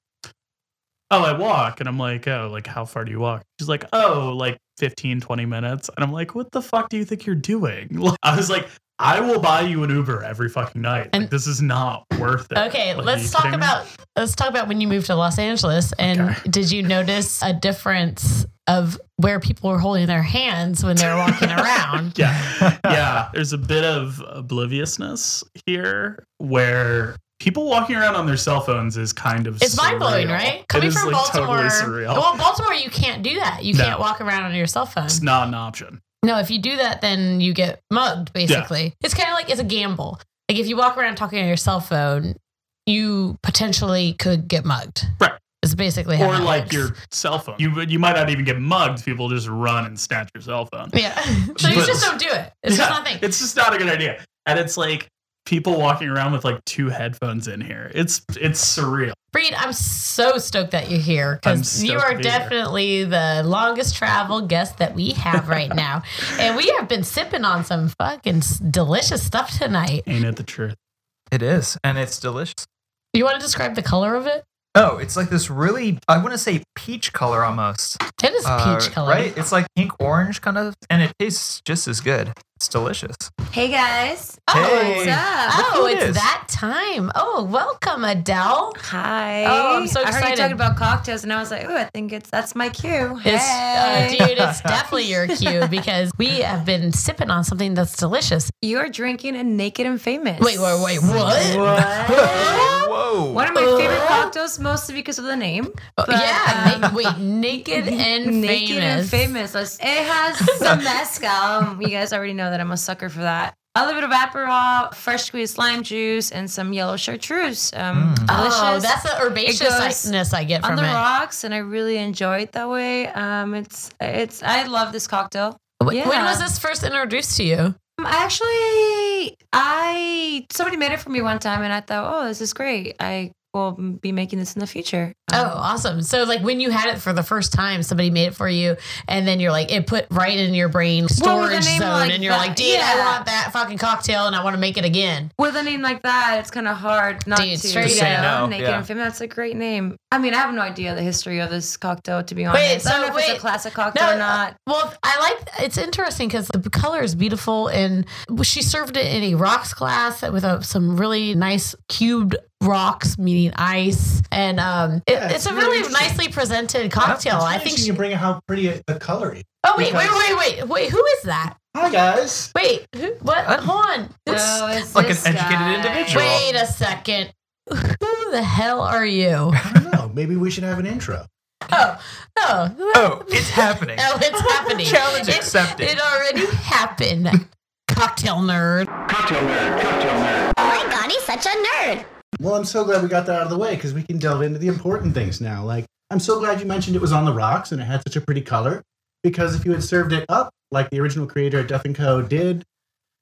Speaker 2: "Oh, I walk," and I'm like, "Oh, like how far do you walk?" She's like, "Oh, like 15, 20 minutes," and I'm like, "What the fuck do you think you're doing?" (laughs) Like, I was like, "I will buy you an Uber every fucking night.
Speaker 3: And-
Speaker 2: like, this is not worth it."
Speaker 3: Okay,
Speaker 2: Like, are you
Speaker 3: let's talk
Speaker 2: kidding me?
Speaker 3: about let's talk about when you moved to Los Angeles and
Speaker 2: Okay.
Speaker 3: did you notice a difference of where people were holding their hands when they were
Speaker 2: (laughs)
Speaker 3: walking around?
Speaker 2: yeah yeah there's a bit of obliviousness here where people walking around on their cell phones is kind of
Speaker 3: It's mind blowing,
Speaker 2: surreal.
Speaker 3: right?
Speaker 2: It
Speaker 3: Coming
Speaker 2: is,
Speaker 3: from
Speaker 2: like,
Speaker 3: Baltimore.
Speaker 2: totally surreal.
Speaker 3: Well, Baltimore you can't do that. You
Speaker 2: No.
Speaker 3: can't walk around on your cell phone.
Speaker 2: it's not an option
Speaker 3: No, if you do that then you get mugged basically. It's kind of like it's a gamble. Like if you walk around talking on your cell phone, you potentially could get mugged.
Speaker 2: Right.
Speaker 3: It's basically how
Speaker 2: or
Speaker 3: that
Speaker 2: like
Speaker 3: works.
Speaker 2: your cell phone. You would- you might not even get mugged. People just run and snatch your cell phone.
Speaker 3: yeah. (laughs) so you
Speaker 2: But-
Speaker 3: just don't do it. It's
Speaker 2: Yeah,
Speaker 3: just not a thing.
Speaker 2: It's just not a good idea. And it's like people walking around with like two headphones in here. It's it's surreal.
Speaker 3: Reed, I'm so stoked that you're here because
Speaker 2: I'm
Speaker 3: you
Speaker 2: stoked
Speaker 3: are
Speaker 2: to be here.
Speaker 3: definitely the longest travel guest that we have right now, and we have been sipping on some fucking s- delicious stuff tonight.
Speaker 2: Ain't it
Speaker 1: (gasps)
Speaker 2: the truth?
Speaker 1: It is, and it's delicious.
Speaker 3: You want to describe the color of it?
Speaker 1: Oh, it's like this really, I want to say peach color almost.
Speaker 3: It is
Speaker 1: Uh,
Speaker 3: peach color.
Speaker 1: Right? It's like pink orange kind of, and it tastes just as good. It's delicious.
Speaker 4: Hey guys.
Speaker 3: Oh,
Speaker 1: Hey.
Speaker 3: it's-
Speaker 4: What's up?
Speaker 1: Look who
Speaker 3: Oh,
Speaker 1: it
Speaker 3: it's
Speaker 1: is.
Speaker 3: that time. Oh, welcome, Adele.
Speaker 5: Hi.
Speaker 3: Oh, I'm so
Speaker 5: I heard
Speaker 3: excited.
Speaker 5: you talking about cocktails, and I was like, "Ooh, I think it's that's my cue." Hey.
Speaker 3: It's, uh, dude, it's definitely your cue because we have been sipping on something that's delicious.
Speaker 5: you are drinking a naked and famous.
Speaker 3: Wait, wait, wait, what?
Speaker 1: (laughs) Whoa. Whoa.
Speaker 5: One of my favorite cocktails, mostly because of the name.
Speaker 3: Oh,
Speaker 5: But,
Speaker 3: yeah,
Speaker 5: um,
Speaker 3: na- wait, naked and
Speaker 5: (laughs) naked
Speaker 3: famous.
Speaker 5: and famous. Let's- It has
Speaker 3: (laughs)
Speaker 5: some mezcal. You guys already know that I'm a sucker for that. A little bit of Aperol, fresh squeezed lime juice, and some yellow chartreuse. Um,
Speaker 1: Mm.
Speaker 5: Delicious.
Speaker 3: Oh, that's the herbaceousness I get
Speaker 5: on
Speaker 3: from
Speaker 5: the
Speaker 3: it.
Speaker 5: rocks, and I really enjoy it that way. Um, it's it's. I love this cocktail.
Speaker 3: Wh-
Speaker 5: Yeah.
Speaker 3: When was this first introduced to you?
Speaker 5: Um, Actually, I somebody made it for me one time, and I thought, oh, this is great. I will be making this in the future.
Speaker 3: Oh,
Speaker 5: Um,
Speaker 3: awesome. So, like, when you had it for the first time, somebody made it for you, and then you're like, it put right in your brain
Speaker 5: Well, with a
Speaker 3: storage
Speaker 5: name
Speaker 3: zone,
Speaker 5: like
Speaker 3: and you're
Speaker 5: that-
Speaker 3: like, dude, I
Speaker 5: yeah.
Speaker 3: want that fucking cocktail, and I want to make it again.
Speaker 5: with a name like that, it's kind of hard not
Speaker 3: Dude,
Speaker 5: to "Oh,
Speaker 3: straight
Speaker 1: Just say up. no,
Speaker 5: Naked
Speaker 1: yeah.
Speaker 5: and Famous. That's a great name. I mean, I have no idea the history of this cocktail to be honest.
Speaker 3: Wait,
Speaker 5: I don't
Speaker 3: so
Speaker 5: know if
Speaker 3: wait.
Speaker 5: it's a classic cocktail
Speaker 3: No,
Speaker 5: or not.
Speaker 3: Well, I like it's interesting because the color is beautiful, and she served it in a rocks glass with a, some really nice cubed rocks, meaning ice, and um, it,
Speaker 6: Yeah,
Speaker 3: it's,
Speaker 6: it's
Speaker 3: a
Speaker 6: really
Speaker 3: really
Speaker 6: interesting.
Speaker 3: nicely presented cocktail.
Speaker 6: It's
Speaker 3: I
Speaker 6: nice
Speaker 3: think.
Speaker 6: when
Speaker 3: She,
Speaker 6: you bring out how pretty it- the color is.
Speaker 3: oh wait, wait,
Speaker 6: because-
Speaker 3: wait, wait, wait. Who is that?
Speaker 6: Hi guys.
Speaker 3: Wait, who, what?
Speaker 1: Uh,
Speaker 3: Hold on.
Speaker 1: It's
Speaker 5: No, it's
Speaker 1: like an
Speaker 5: this
Speaker 1: educated
Speaker 5: guy.
Speaker 1: individual.
Speaker 3: Wait a second. Who the hell are you?
Speaker 6: I don't know. Maybe we should have an intro.
Speaker 3: Oh, oh,
Speaker 1: Oh, it's happening.
Speaker 3: (laughs) oh! It's happening.
Speaker 1: Challenge
Speaker 3: It-
Speaker 1: accepted.
Speaker 3: It already happened. Cocktail nerd.
Speaker 7: Oh my god, he's such a nerd.
Speaker 6: Well, I'm so glad we got that out of the way because we can delve into the important things now. Like, I'm so glad you mentioned it was on the rocks and it had such a pretty color because if you had served it up like the original creator at Duff and Co. did,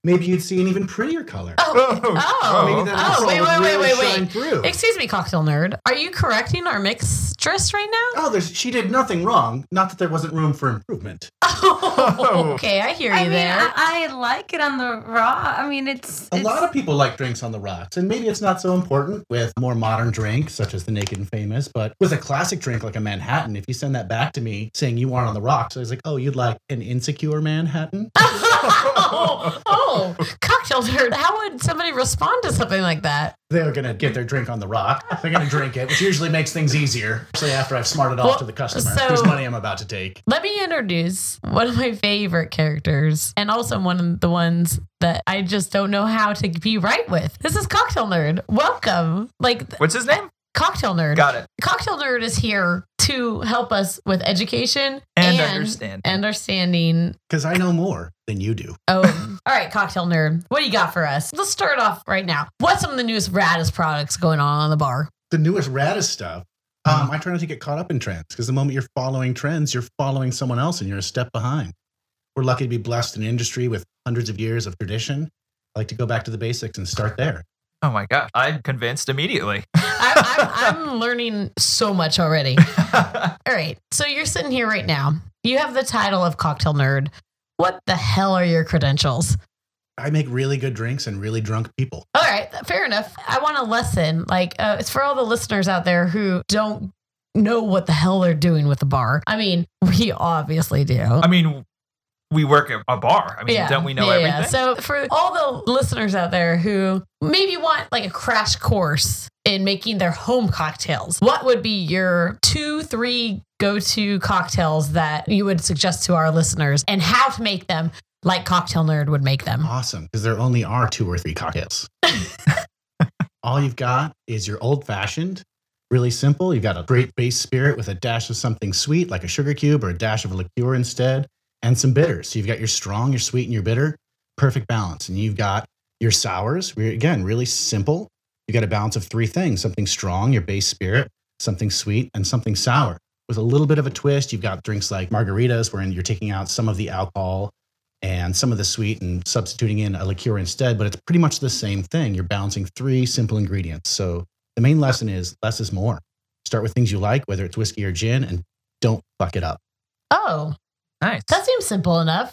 Speaker 6: maybe you'd see an even prettier color.
Speaker 3: Oh, oh,
Speaker 6: maybe
Speaker 3: oh,
Speaker 6: alcohol
Speaker 3: wait,
Speaker 6: would
Speaker 3: wait, wait,
Speaker 6: really
Speaker 3: wait, wait.
Speaker 6: shine Through.
Speaker 3: Excuse me, cocktail nerd. Are you correcting our mixtress
Speaker 6: (laughs)
Speaker 3: right now?
Speaker 6: oh, there's, she did nothing wrong. Not that there wasn't room for improvement.
Speaker 3: Oh, okay, I hear you
Speaker 5: I mean,
Speaker 3: there.
Speaker 5: I, I like it on the raw. I mean, it's
Speaker 6: A
Speaker 5: it's-
Speaker 6: lot of people like drinks on the rocks, and maybe it's not so important with more modern drinks such as the Naked and Famous, but with a classic drink like a Manhattan, if you send that back to me saying you aren't on the rocks, I was like, oh, you'd like an insecure
Speaker 3: (laughs)
Speaker 6: Manhattan?
Speaker 3: oh, (laughs) oh, cocktail nerd. How would somebody respond to something like that?
Speaker 6: They're gonna get their drink on the rock. They're gonna drink it, which usually makes things easier. Especially after I've smarted off
Speaker 3: Well,
Speaker 6: to the customer
Speaker 3: so-
Speaker 6: whose money I'm about to take.
Speaker 3: Let me introduce one of my favorite characters, and also one of the ones that I just don't know how to be right with. This is cocktail nerd. Welcome, like th-
Speaker 1: What's his name?
Speaker 3: cocktail nerd.
Speaker 1: Got it.
Speaker 3: Cocktail nerd is here to help us with education
Speaker 1: And understanding.
Speaker 3: understanding
Speaker 6: Because I know more than you do.
Speaker 1: (laughs)
Speaker 3: Oh, all right, cocktail nerd. What do you got for us? Let's start off right now. What's some of the newest raddest products going on on the bar?
Speaker 6: The newest raddest stuff. Um, I try not to get caught up in trends because the moment you're following trends, you're following someone else and you're a step behind. We're lucky to be blessed in an industry with hundreds of years of tradition. I like to go back to the basics and start there.
Speaker 1: Oh my gosh. I'm convinced immediately. (laughs)
Speaker 3: I, I'm, I'm learning so much already. All right, so you're sitting here right now. You have the title of cocktail nerd. What the hell are your credentials?
Speaker 6: I make really good drinks and really drunk people.
Speaker 3: All right, fair enough. I want a lesson. Like, uh, it's for all the listeners out there who don't know what the hell they're doing with the bar. I mean, we obviously do.
Speaker 1: I mean, we work at a bar. I mean, don't we know
Speaker 3: yeah, yeah.
Speaker 1: everything?
Speaker 3: So for (laughs) all the listeners out there who maybe want like a crash course in making their home cocktails, what would be your two, three go-to cocktails that you would suggest to our listeners and how to make them like Cocktail Nerd would make them?
Speaker 6: Awesome, because there only are two or three cocktails. All you've got is your old fashioned, really simple. You've got a great base spirit with a dash of something sweet, like a sugar cube or a dash of a liqueur instead, and some bitters. So you've got your strong, your sweet, and your bitter, perfect balance. And you've got your sours, where, again, really simple. You've got a balance of three things something strong, your base spirit, something sweet, and something sour. With a little bit of a twist, you've got drinks like margaritas, wherein you're taking out some of the alcohol and some of the sweet and substituting in a liqueur instead, but it's pretty much the same thing. You're balancing three simple ingredients. So the main lesson is less is more. Start with things you like, whether it's whiskey or gin, and don't fuck it up.
Speaker 3: Oh,
Speaker 1: Nice.
Speaker 3: that seems simple enough.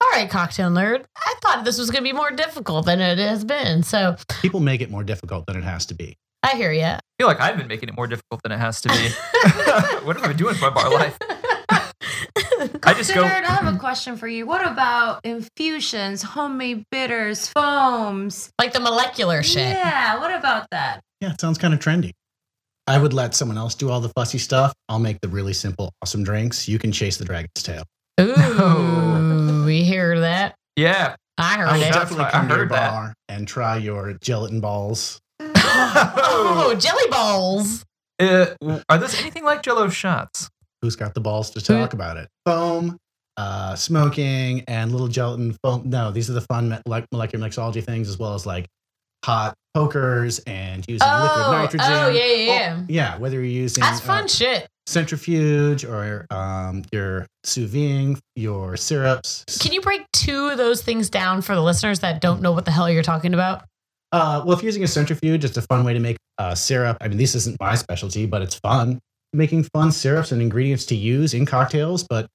Speaker 3: All right, cocktail nerd. I thought this was going to be more difficult than it has been. So
Speaker 6: People make it more difficult than it has to be.
Speaker 3: I hear you.
Speaker 1: I feel like I've been making it more difficult than it has to
Speaker 3: (laughs)
Speaker 1: be. (laughs) what am (laughs) I doing with my bar life? (laughs) I just go.
Speaker 5: Nerd, I have a question for you. What about infusions, homemade bitters, foams?
Speaker 3: like the molecular shit.
Speaker 5: Yeah, what about that?
Speaker 6: Yeah, it sounds kind of trendy. I would let someone else do all the fussy stuff. I'll make the really simple, awesome drinks. You can chase the dragon's tail.
Speaker 3: Ooh, we hear that. (laughs)
Speaker 1: Yeah. (laughs)
Speaker 3: I heard
Speaker 6: I would
Speaker 3: it.
Speaker 6: definitely
Speaker 1: I
Speaker 6: come to your
Speaker 1: heard that.
Speaker 6: bar and try your gelatin balls.
Speaker 3: Oh, jelly balls.
Speaker 1: Uh, are those anything like Jello shots?
Speaker 6: Who's got the balls to talk about it? Foam, uh, smoking, and little gelatin foam. No, these are the fun me- like molecular mixology things, as well as like hot pokers and using liquid
Speaker 3: Oh,
Speaker 6: nitrogen.
Speaker 3: oh, yeah, yeah, yeah.
Speaker 6: Yeah, whether you're using
Speaker 3: That's
Speaker 6: uh,
Speaker 3: fun shit.
Speaker 6: centrifuge or um, your sous vide, your syrups.
Speaker 3: Can you break two of those things down for the listeners that don't know what the hell you're talking about?
Speaker 6: Uh, well, if you're using a centrifuge, it's a fun way to make uh, syrup. I mean, this isn't my specialty, but it's fun making fun syrups and ingredients to use in cocktails. But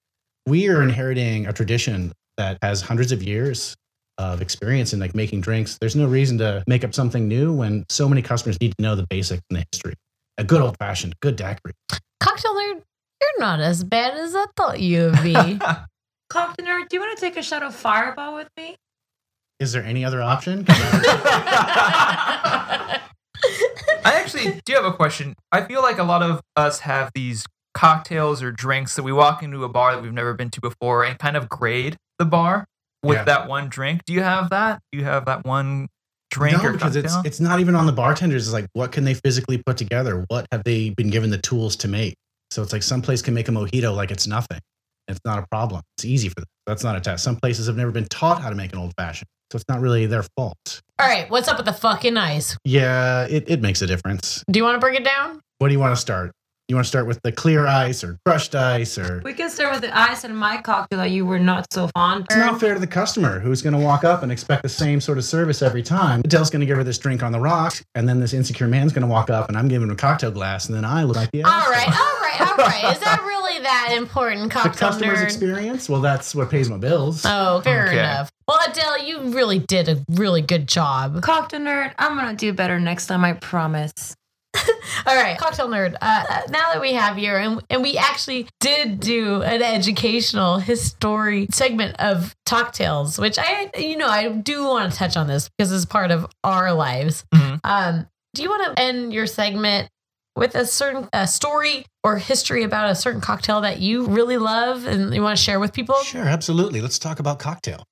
Speaker 6: we are inheriting a tradition that has hundreds of years of experience in like making drinks. There's no reason to make up something new when so many customers need to know the basics and the history. A good old fashioned, good daiquiri.
Speaker 3: Cocktail nerd, you're not as bad as I thought you would be.
Speaker 5: Cocktail nerd, do you want to take a shot of fireball with me?
Speaker 6: Is there any other option? 'Cause I-
Speaker 1: I (laughs) actually do have a question. I feel like a lot of us have these cocktails or drinks that we walk into a bar that we've never been to before and kind of grade the bar with
Speaker 6: Yeah.
Speaker 1: that one drink. Do you have that? Do you have that one drink
Speaker 6: no,
Speaker 1: or
Speaker 6: because
Speaker 1: cocktail?
Speaker 6: it's it's not even on the bartenders. It's like what can they physically put together? What have they been given the tools to make? So it's like some place can make a mojito like it's nothing. It's not a problem. It's easy for them. That's not a test. Some places have never been taught how to make an old fashioned, so it's not really their fault.
Speaker 3: All right, what's up with the fucking ice?
Speaker 6: Yeah, it, it makes a difference.
Speaker 3: Do you want to break it down?
Speaker 6: What do you want to start? You want to start with the clear ice or crushed ice or?
Speaker 5: We can start with the ice and my cocktail that you were not so fond
Speaker 6: It's not fair to the customer who's going to walk up and expect the same sort of service every time. Adele's going to give her this drink on the rocks, and then this insecure man's going to walk up, and I'm giving him a cocktail glass, and then I look like the
Speaker 3: All
Speaker 6: asshole.
Speaker 3: right, all right, all right.
Speaker 2: (laughs)
Speaker 3: Is that really that important,
Speaker 6: the
Speaker 3: cocktail
Speaker 6: customer's
Speaker 3: nerd?
Speaker 6: experience. Well, that's what pays my bills.
Speaker 3: Oh, fair
Speaker 1: Okay.
Speaker 3: enough. Well, Adele, you really did a really good job.
Speaker 5: Cocktail nerd, I'm gonna do better next time, I promise.
Speaker 3: All right, cocktail nerd. Uh, now that we have you, and and we actually did do an educational history segment of cocktails, which I, you know, I do want to touch on this because it's part of our lives.
Speaker 1: Mhm.
Speaker 3: Um, do you want to end your segment with a certain a story or history about a certain cocktail that you really love and you want to share with people?
Speaker 6: Sure, absolutely. Let's talk about cocktail.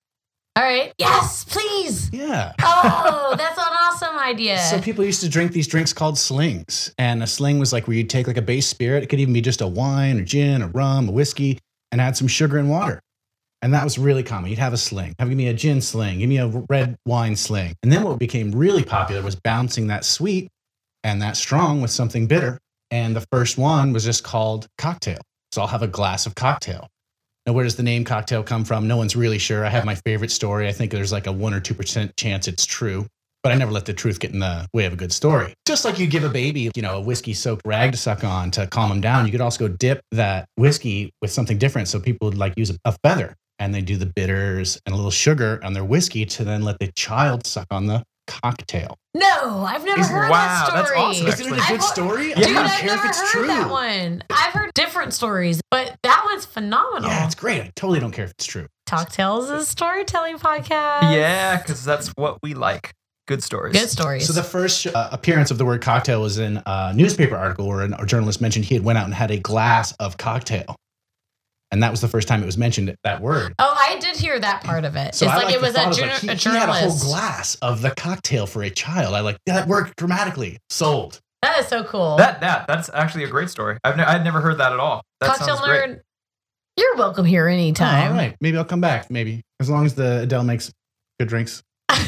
Speaker 3: All right. Yes, please.
Speaker 6: Yeah.
Speaker 3: Oh, that's an awesome idea.
Speaker 6: So people used to drink these drinks called slings, and a sling was like where you'd take like a base spirit. It could even be just a wine, or gin, a rum, a whiskey, and add some sugar and water. And that was really common. You'd have a sling. Have give me a gin sling. Give me a red wine sling. And then what became really popular was balancing that sweet and that strong with something bitter. And the first one was just called cocktail. So I'll have a glass of cocktail. Now, where does the name cocktail come from? No one's really sure. I have my favorite story. I think there's like a one or two percent chance it's true but I never let the truth get in the way of a good story. Just like you give a baby, you know, a whiskey soaked rag to suck on to calm him down, you could also dip that whiskey with something different. So people would like use a, a feather and they do the bitters and a little sugar on their whiskey to then let the child suck on the cocktail.
Speaker 3: no, I've never
Speaker 6: Isn't-
Speaker 3: heard
Speaker 1: wow,
Speaker 3: that
Speaker 1: that's
Speaker 3: story.
Speaker 1: awesome, Isn't it a
Speaker 3: I've good al-
Speaker 6: story?
Speaker 1: I Yeah.
Speaker 3: Dude, I've never heard that one. I've heard different stories, but that one's phenomenal.
Speaker 6: Yeah, it's great. I totally don't care if it's true.
Speaker 3: Cocktails is a storytelling podcast.
Speaker 1: yeah, because that's what we like. Good stories.
Speaker 3: Good stories.
Speaker 6: So the first uh, appearance of the word cocktail was in a newspaper article where an- a journalist mentioned he had went out and had a glass of cocktail. And that was the first time it was mentioned that word.
Speaker 3: oh, I did hear that part of it.
Speaker 6: So
Speaker 3: it's
Speaker 6: I
Speaker 3: like,
Speaker 6: like
Speaker 3: it
Speaker 6: the
Speaker 3: was a,
Speaker 6: thought of,
Speaker 3: jour-
Speaker 6: like, he,
Speaker 3: a
Speaker 6: he had a whole
Speaker 3: journalist.
Speaker 6: glass of the cocktail for a child. I like that worked dramatically. Sold. Oh,
Speaker 3: That is so cool.
Speaker 1: That that that's actually a great story. I've ne- I'd never heard that at all. That
Speaker 3: Cocktail
Speaker 1: sounds great.
Speaker 3: nerd, you're welcome here
Speaker 6: all
Speaker 3: anytime.
Speaker 6: right, maybe I'll come back. Maybe as long as the Adele makes good drinks.
Speaker 1: (laughs)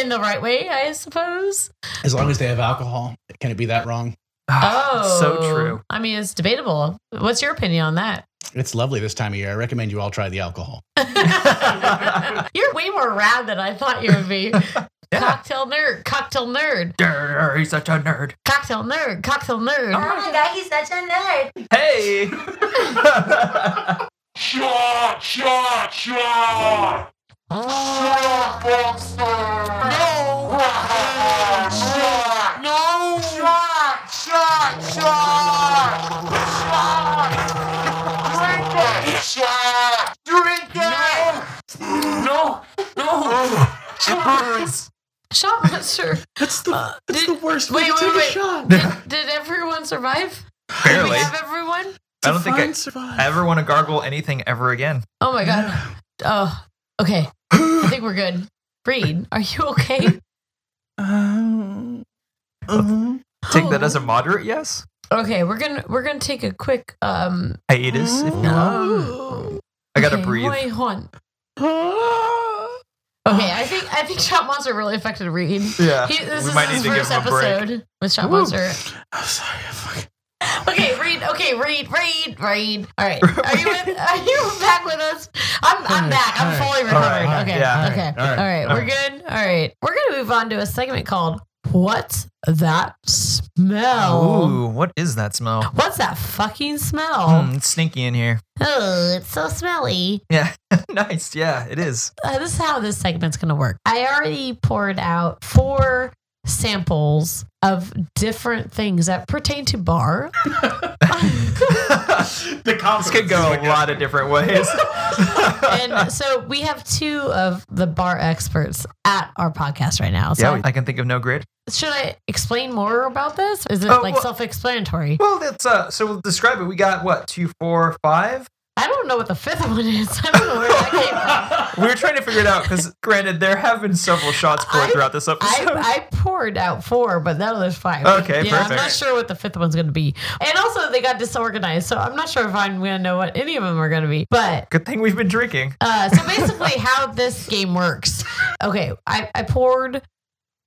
Speaker 3: In the right way, I suppose.
Speaker 6: As long as they have alcohol, can it be that wrong?
Speaker 3: Oh,
Speaker 1: Ah, so
Speaker 3: (laughs)
Speaker 1: true. (laughs)
Speaker 3: I mean, it's debatable. What's your opinion on
Speaker 6: (laughs)
Speaker 3: that?
Speaker 6: It's lovely this time of year. I recommend you all try the alcohol.
Speaker 3: You're way more rad than I thought you would be.
Speaker 6: (laughs)
Speaker 1: Yeah.
Speaker 3: Cocktail nerd, cocktail nerd,
Speaker 1: Durr, he's such a nerd.
Speaker 3: cocktail nerd, cocktail nerd.
Speaker 4: my god, he's such a nerd.
Speaker 1: Hey.
Speaker 7: Shot, shot, shot! Shot, No! Shot! No! Shot, shot, shot! Shot! Drink it! Shot! Drink it! No! No!
Speaker 3: Shot monster.
Speaker 6: (laughs) That's the, that's the worst way
Speaker 3: wait,
Speaker 6: to
Speaker 3: wait,
Speaker 6: take a
Speaker 3: wait.
Speaker 6: shot.
Speaker 3: Did, did everyone survive? Did
Speaker 1: Barely.
Speaker 3: we have everyone?
Speaker 1: I don't think I
Speaker 6: Define survive.
Speaker 1: ever want to gargle anything ever again.
Speaker 3: Oh my god. Oh, okay. I think we're good. Reed, are you okay?
Speaker 6: (laughs) Um, um,
Speaker 1: Take that as a moderate yes.
Speaker 3: Oh, Okay, we're gonna we're gonna take a quick um.
Speaker 1: Hiatus, if you will. I gotta
Speaker 3: Oh. okay,
Speaker 1: breathe.
Speaker 3: Wait, hold on.
Speaker 6: ah.
Speaker 3: Okay, I think I think Shot Monster really affected Reed.
Speaker 1: Yeah.
Speaker 3: He, this
Speaker 1: we
Speaker 3: is
Speaker 1: might
Speaker 3: his
Speaker 1: need to give
Speaker 3: first
Speaker 1: him a break.
Speaker 3: episode with Shot
Speaker 6: Woo.
Speaker 3: Monster.
Speaker 6: I'm sorry. I fucking.
Speaker 3: Okay, Reed. Okay, Reed. Reed. Reed.
Speaker 1: (laughs)
Speaker 3: All right. Are you with, are you back with us? I'm I'm back. I'm fully
Speaker 1: All right,
Speaker 3: recovered.
Speaker 1: all right,
Speaker 3: Okay.
Speaker 1: yeah.
Speaker 3: Okay.
Speaker 6: All right,
Speaker 3: All right.
Speaker 6: all
Speaker 3: We're good. All right. We're gonna move on to a segment called "What's That Smell."
Speaker 1: Ooh, what is that smell?
Speaker 3: What's that fucking smell?
Speaker 1: Mm, it's stinky in here.
Speaker 3: Oh, it's so smelly.
Speaker 1: Yeah. (laughs) nice. Yeah, it is.
Speaker 3: (laughs) Uh, this is how this segment's going to work. I already poured out four samples of different things that pertain to bar.
Speaker 1: this
Speaker 2: (laughs) The conference
Speaker 1: could go a lot of different
Speaker 3: (laughs)
Speaker 1: ways. (laughs)
Speaker 3: and so we have two of the bar experts at our podcast right now. So
Speaker 1: yeah, I can think of no grid.
Speaker 3: should I explain more about this? Is it
Speaker 1: Oh,
Speaker 3: like
Speaker 1: well-
Speaker 3: self-explanatory?
Speaker 1: Well, that's uh. So we'll describe it. We got what two, four, five.
Speaker 3: I don't know what the fifth (laughs) one is. I don't know where that came
Speaker 1: (laughs)
Speaker 2: (laughs)
Speaker 3: from.
Speaker 1: We were trying to figure it out because, granted, there have been several shots poured
Speaker 3: (laughs) I-
Speaker 1: throughout this episode.
Speaker 3: I, I poured out four, but now there's five.
Speaker 1: Okay,
Speaker 3: yeah, I'm
Speaker 1: perfect.
Speaker 3: not sure what the fifth one's going to be. And also, they got disorganized, so I'm not sure if I'm going to know what any of them are going to be. But
Speaker 1: Good thing we've been drinking.
Speaker 3: uh, so basically, how this game works. Okay, I, I poured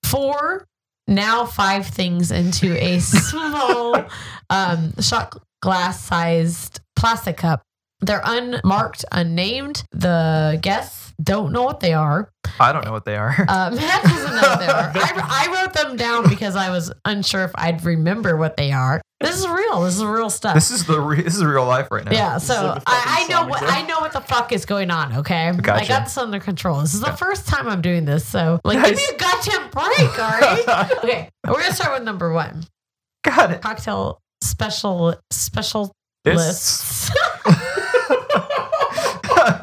Speaker 3: four, now five things into a small um, shot glass sized plastic cup. They're unmarked, unnamed. The guests don't know what they are.
Speaker 1: I don't know what they are.
Speaker 3: Uh, (laughs) Matt doesn't know what they are. I, I wrote them down because I was unsure if I'd remember what they are. This is real. This is real stuff.
Speaker 1: (laughs) This is the re- this is real life right now.
Speaker 3: yeah,
Speaker 2: is like
Speaker 3: so
Speaker 2: the
Speaker 3: I, I
Speaker 2: fucking
Speaker 3: know
Speaker 2: song
Speaker 3: what
Speaker 2: again.
Speaker 3: I know what the fuck is going on. Okay, I
Speaker 1: Gotcha.
Speaker 3: got this under control. This is the first time I'm doing this, so like, give me
Speaker 1: Nice.
Speaker 3: a goddamn break,
Speaker 1: (laughs)
Speaker 3: all right? okay, we're gonna start with number one:
Speaker 1: Got it.
Speaker 3: cocktail special special
Speaker 1: This-
Speaker 3: lists. (laughs)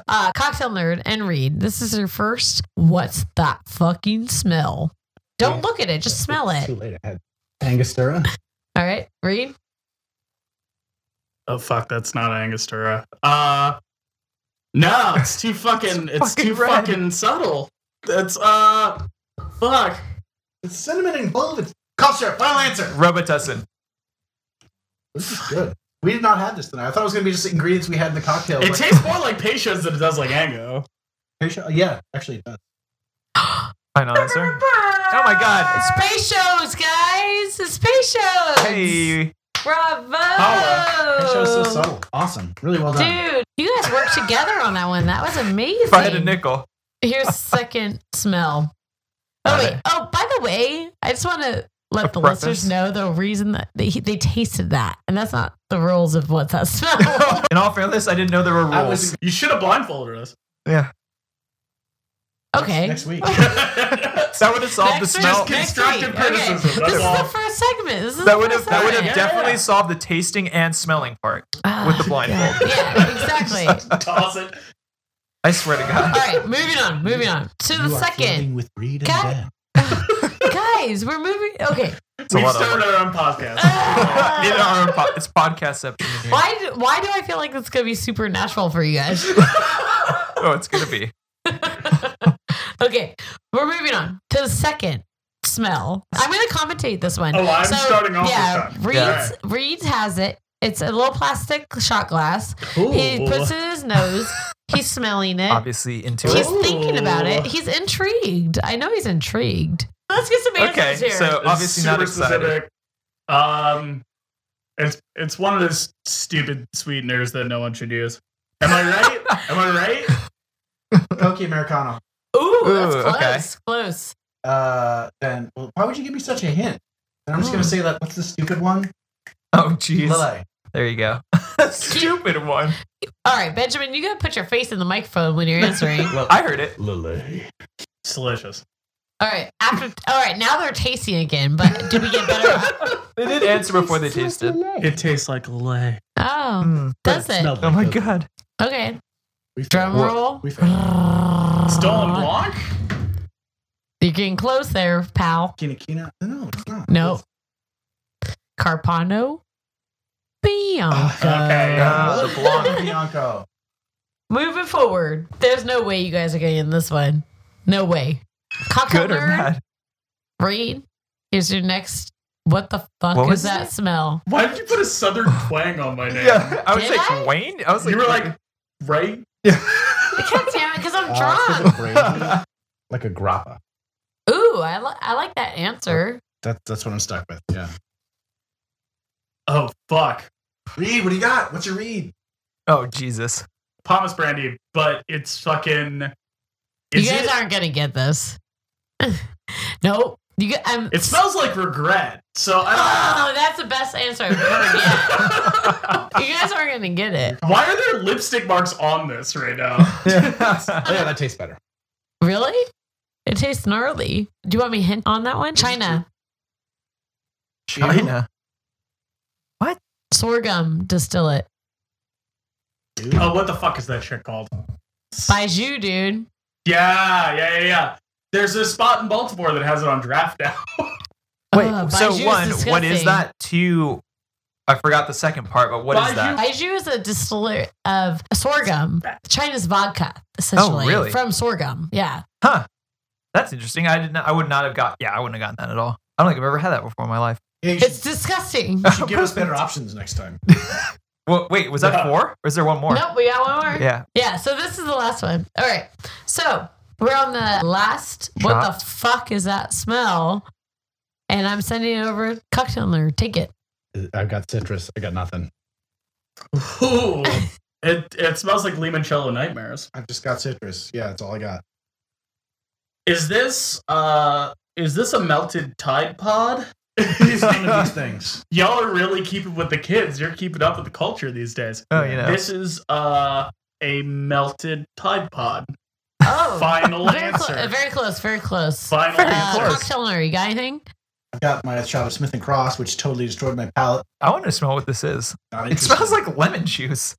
Speaker 3: uh, cocktail nerd and read. This is your first. What's that fucking smell? Don't look at it. Just smell
Speaker 6: It's
Speaker 3: it.
Speaker 6: Too late. I had Angostura.
Speaker 3: All right, read.
Speaker 2: Oh fuck, that's not Angostura. Uh No, it's
Speaker 3: (laughs)
Speaker 2: too fucking it's,
Speaker 1: fucking
Speaker 2: too
Speaker 1: red.
Speaker 2: fucking subtle. It's uh fuck.
Speaker 6: It's cinnamon and clove. It's cough syrup. Final answer.
Speaker 1: (laughs) Robitussin.
Speaker 6: This is good. We did not have this tonight. I thought it was going to be just ingredients we had in the cocktail.
Speaker 2: It
Speaker 6: but-
Speaker 2: tastes more like patience than it does like Ango.
Speaker 6: Oh, Yeah, actually, it does.
Speaker 1: Final answer. Oh my god. It's
Speaker 3: Space shows, guys. It's Space shows.
Speaker 1: hey.
Speaker 3: Bravo.
Speaker 2: Holla.
Speaker 6: That show's so
Speaker 3: Oh.
Speaker 6: subtle. Awesome. Really well done.
Speaker 3: Dude, you guys worked together on that one. That was amazing.
Speaker 1: If I had a nickel. (laughs)
Speaker 3: Here's second smell. Oh
Speaker 1: Got
Speaker 3: wait.
Speaker 1: it.
Speaker 3: Oh, by the way, I just want to let the
Speaker 1: Preface.
Speaker 3: listeners know the reason that they, they tasted that, and that's not the rules of what's
Speaker 1: (laughs)
Speaker 3: that smell.
Speaker 1: In all fairness, I didn't know there were
Speaker 6: I
Speaker 1: rules.
Speaker 6: was
Speaker 2: You should have blindfolded
Speaker 3: (laughs)
Speaker 2: us. (laughs)
Speaker 1: yeah.
Speaker 3: okay.
Speaker 6: next week.
Speaker 1: That would have solved the
Speaker 3: Next
Speaker 1: smell.
Speaker 3: week. Next
Speaker 2: Constructive
Speaker 3: week.
Speaker 2: criticism.
Speaker 3: Okay.
Speaker 2: That's
Speaker 3: This is
Speaker 2: all.
Speaker 3: the first segment. This is
Speaker 1: That
Speaker 3: the
Speaker 1: would have
Speaker 3: first
Speaker 1: that would
Speaker 3: segment.
Speaker 1: have definitely solved the tasting and smelling part
Speaker 3: Ah,
Speaker 1: with the blindfold. (laughs)
Speaker 3: yeah, exactly.
Speaker 2: Toss it.
Speaker 1: I swear to God. (laughs)
Speaker 3: All right, moving on, moving on to the
Speaker 6: You are
Speaker 3: second.
Speaker 6: flirting with Reed and
Speaker 3: Cat-
Speaker 6: Dan.
Speaker 1: (laughs)
Speaker 3: Guys, we're moving. Okay,
Speaker 1: a
Speaker 2: We've
Speaker 1: lot of
Speaker 2: started our own podcast.
Speaker 3: (laughs)
Speaker 1: In our own po- it's podcast up.
Speaker 3: why do, why do I feel like it's gonna be supernatural for you guys?
Speaker 1: (laughs) Oh, it's gonna be.
Speaker 3: (laughs) okay, we're moving on to the second smell. I'm gonna commentate this one.
Speaker 2: Oh, I'm starting off this
Speaker 3: Yeah,
Speaker 2: time.
Speaker 3: Reed's
Speaker 1: Yeah.
Speaker 3: Reed's has it. It's a little plastic shot glass.
Speaker 6: Ooh.
Speaker 3: He puts it in his nose. He's smelling it.
Speaker 1: Obviously into
Speaker 3: He's
Speaker 1: it.
Speaker 2: Ooh.
Speaker 3: thinking about it. He's intrigued. I know he's intrigued. Let's get some answers
Speaker 1: Okay,
Speaker 3: here.
Speaker 1: so
Speaker 2: It's
Speaker 1: obviously not
Speaker 2: super
Speaker 1: excited.
Speaker 2: specific. Um, it's it's one of those stupid sweeteners that no one should use. Am I
Speaker 1: (laughs)
Speaker 2: right? Am I right?
Speaker 6: Coke Americano.
Speaker 3: Ooh, that's
Speaker 1: Ooh,
Speaker 3: close.
Speaker 1: okay.
Speaker 3: Close.
Speaker 6: Uh, then well, why would you give me such a hint? And I'm just gonna say that. What's the stupid one?
Speaker 1: Oh, jeez.
Speaker 6: Lele.
Speaker 1: There you go. (laughs) Stupid one.
Speaker 3: All right, Benjamin, you gotta put your face in the microphone when you're answering.
Speaker 1: I heard it.
Speaker 6: Lele.
Speaker 2: It's delicious.
Speaker 3: all right, after. All right, now they're tasting again, but did we
Speaker 1: (laughs)
Speaker 3: get better?
Speaker 1: They did answer before they tasted.
Speaker 2: It tastes like lay.
Speaker 3: Oh,
Speaker 1: Mm.
Speaker 3: does it?
Speaker 1: Oh my god.
Speaker 3: Okay,
Speaker 6: We failed.
Speaker 3: drum
Speaker 6: Well,
Speaker 3: roll.
Speaker 6: We failed.
Speaker 2: Stolen Blanc?
Speaker 3: You're getting close there, pal.
Speaker 6: Kina Kina. No, it's not.
Speaker 3: No.
Speaker 6: It's-
Speaker 3: Carpano. Bam.
Speaker 2: Oh, Okay.
Speaker 1: Uh, the blonde. (laughs)
Speaker 6: Bianco.
Speaker 3: Moving forward, there's no way you guys are getting this one. No way. Cocktail
Speaker 1: Good or
Speaker 3: nerd,
Speaker 1: bad?
Speaker 3: Reed, here's your next. What the fuck
Speaker 1: What
Speaker 3: is
Speaker 1: was
Speaker 3: that
Speaker 1: it?
Speaker 3: smell?
Speaker 2: Why did you put
Speaker 1: (laughs)
Speaker 2: a southern twang on my name?
Speaker 1: Yeah, I was
Speaker 3: Did I?
Speaker 1: like Wayne. I was like,
Speaker 2: You were like, right?
Speaker 3: God damn it, because I'm
Speaker 6: Uh, it's 'cause
Speaker 3: drunk. (laughs)
Speaker 6: of brandy, like a grappa.
Speaker 3: Ooh, I, li- I like that answer.
Speaker 6: That, that's what I'm stuck with. Yeah.
Speaker 2: Oh, fuck.
Speaker 6: Reed, what do you got? What's your read?
Speaker 1: (laughs) oh Jesus.
Speaker 2: Pomace brandy, but it's fucking. Is
Speaker 3: you guys
Speaker 2: it,
Speaker 3: aren't gonna get this. (laughs) nope. You gu- um, I'm,
Speaker 2: it smells like regret. So I
Speaker 3: Oh, that's the best answer I've heard yet.
Speaker 2: don't.
Speaker 3: you guys aren't gonna get it.
Speaker 1: (laughs)
Speaker 2: Why are there lipstick marks on this right now?
Speaker 6: Oh, yeah, that tastes better.
Speaker 3: Really? It tastes gnarly. Do you want me to hint on that one? China.
Speaker 1: (laughs) China.
Speaker 3: Sorghum distillate.
Speaker 2: Oh, what the fuck is that shit called?
Speaker 3: Bijou, dude.
Speaker 2: Yeah, yeah, yeah, yeah. There's a spot in Baltimore that has it on draft now.
Speaker 1: Wait.
Speaker 3: Ugh,
Speaker 1: so
Speaker 3: Bijou Uh, is
Speaker 1: one, what is
Speaker 3: disgusting.
Speaker 1: that? Two. I forgot the second part, but what is
Speaker 2: Bijou-
Speaker 1: that?
Speaker 3: Bijou is a distiller of sorghum, China's vodka, essentially.
Speaker 1: Oh, really?
Speaker 3: From sorghum. Yeah.
Speaker 1: That's interesting. I did not. I would not have got. Yeah, I wouldn't have gotten that at all. I don't think I've ever had that before in my life.
Speaker 6: Yeah, you should,
Speaker 3: It's disgusting.
Speaker 6: you should give us better options next time.
Speaker 1: Well, wait, was that
Speaker 2: Yeah.
Speaker 1: four? Or is there one more?
Speaker 3: Nope, we got one more.
Speaker 1: Yeah.
Speaker 3: Yeah, so this is the last one. All right. So we're on the last. What
Speaker 1: Shot.
Speaker 3: the fuck is that smell? And I'm sending it over cocktail nerd. Take it.
Speaker 6: I've got citrus. I got nothing.
Speaker 2: Ooh. It, it smells like limoncello nightmares.
Speaker 6: I've just got citrus. Yeah, that's all I got.
Speaker 2: Is this uh is this a melted Tide Pod? (laughs)
Speaker 6: It's none of these (laughs) things.
Speaker 2: Y'all are really keeping with the kids. You're keeping up with the culture these days.
Speaker 1: Oh, you know.
Speaker 2: This is uh a melted Tide Pod.
Speaker 3: Oh, (laughs)
Speaker 2: Final
Speaker 3: very, clo-
Speaker 2: answer.
Speaker 3: very close. Very close.
Speaker 2: Final
Speaker 3: Uh,
Speaker 2: answer.
Speaker 3: Cocktail nerd, you got anything?
Speaker 6: I've got my shot of Smith and Cross, which totally destroyed my palate.
Speaker 1: I want to smell what this is.
Speaker 6: Not
Speaker 1: It smells
Speaker 6: interested.
Speaker 1: like lemon juice.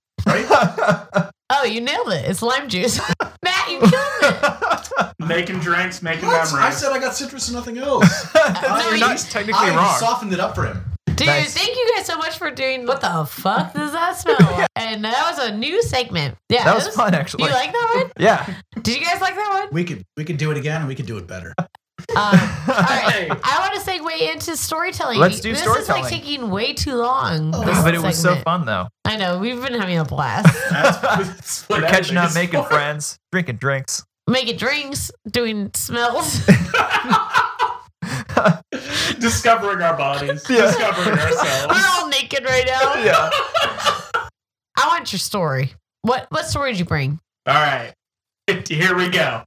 Speaker 3: Oh, you nailed it. It's lime juice. (laughs) Matt, you
Speaker 1: (laughs)
Speaker 3: killed it.
Speaker 2: Making drinks, making
Speaker 6: What? I
Speaker 2: memories.
Speaker 6: said I got citrus and nothing else.
Speaker 3: No,
Speaker 1: (laughs) You're
Speaker 3: you-
Speaker 1: not technically
Speaker 6: I
Speaker 1: wrong.
Speaker 6: softened it up for him.
Speaker 3: Dude,
Speaker 1: Nice.
Speaker 3: thank you guys so much for doing what the fuck does
Speaker 1: (laughs)
Speaker 3: that smell? and that was a new segment. Yeah,
Speaker 1: that
Speaker 3: it
Speaker 1: was fun, actually.
Speaker 3: You like that
Speaker 1: (laughs)
Speaker 3: one?
Speaker 1: yeah.
Speaker 3: Did you guys like that one?
Speaker 6: We could we could do it again and we could do it better.
Speaker 3: Um, all
Speaker 1: (laughs)
Speaker 2: Hey.
Speaker 3: right, (laughs) I want to segue into storytelling.
Speaker 1: Let's do
Speaker 3: this
Speaker 1: storytelling.
Speaker 3: is like taking way too long. this
Speaker 1: but it was so
Speaker 3: segment.
Speaker 1: fun, though.
Speaker 3: I know we've been having a blast,
Speaker 1: (laughs)
Speaker 2: That's, that's what
Speaker 1: We're catching
Speaker 2: everything
Speaker 1: up,
Speaker 2: is (laughs)
Speaker 1: making
Speaker 3: (laughs)
Speaker 2: for.
Speaker 1: friends, drinking drinks.
Speaker 3: making drinks, doing
Speaker 1: (laughs)
Speaker 3: smells.
Speaker 2: Discovering our bodies.
Speaker 1: Yeah.
Speaker 2: Discovering
Speaker 3: (laughs) We're
Speaker 2: ourselves.
Speaker 3: all naked right now.
Speaker 1: (laughs) Yeah.
Speaker 3: I want your story. What what story did you bring?
Speaker 2: All right. (laughs) Here we go.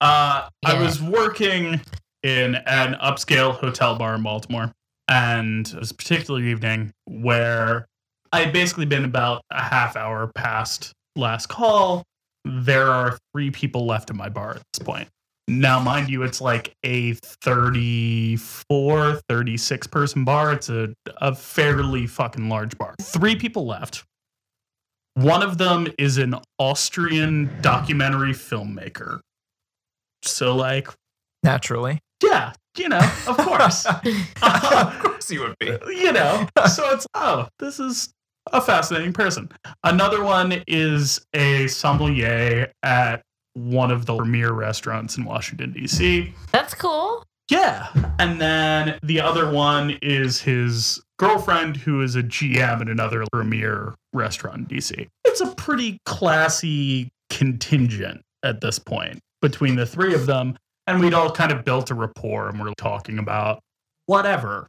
Speaker 2: Uh, I
Speaker 3: Yeah.
Speaker 2: was working in an upscale hotel bar in Baltimore, and it was a particular evening where I had basically been about a half hour past last call. There are three people left in my bar at this point. Now, mind you, it's like a 34, 36 person bar. It's a, a fairly fucking large bar. Three people left. One of them is an Austrian documentary filmmaker. So, like,
Speaker 1: Naturally. (laughs)
Speaker 2: yeah, you know, of course. (laughs)
Speaker 1: of course you would be.
Speaker 2: you know, so it's, oh, this is a fascinating person. Another one is a sommelier at one of the premier restaurants in Washington, D.C.
Speaker 3: That's cool.
Speaker 2: Yeah. And then the other one is his girlfriend, who is a GM at another Premier restaurant in DC. It's a pretty classy contingent at this point between the three of them. And we'd all kind of built a rapport and we're talking about whatever.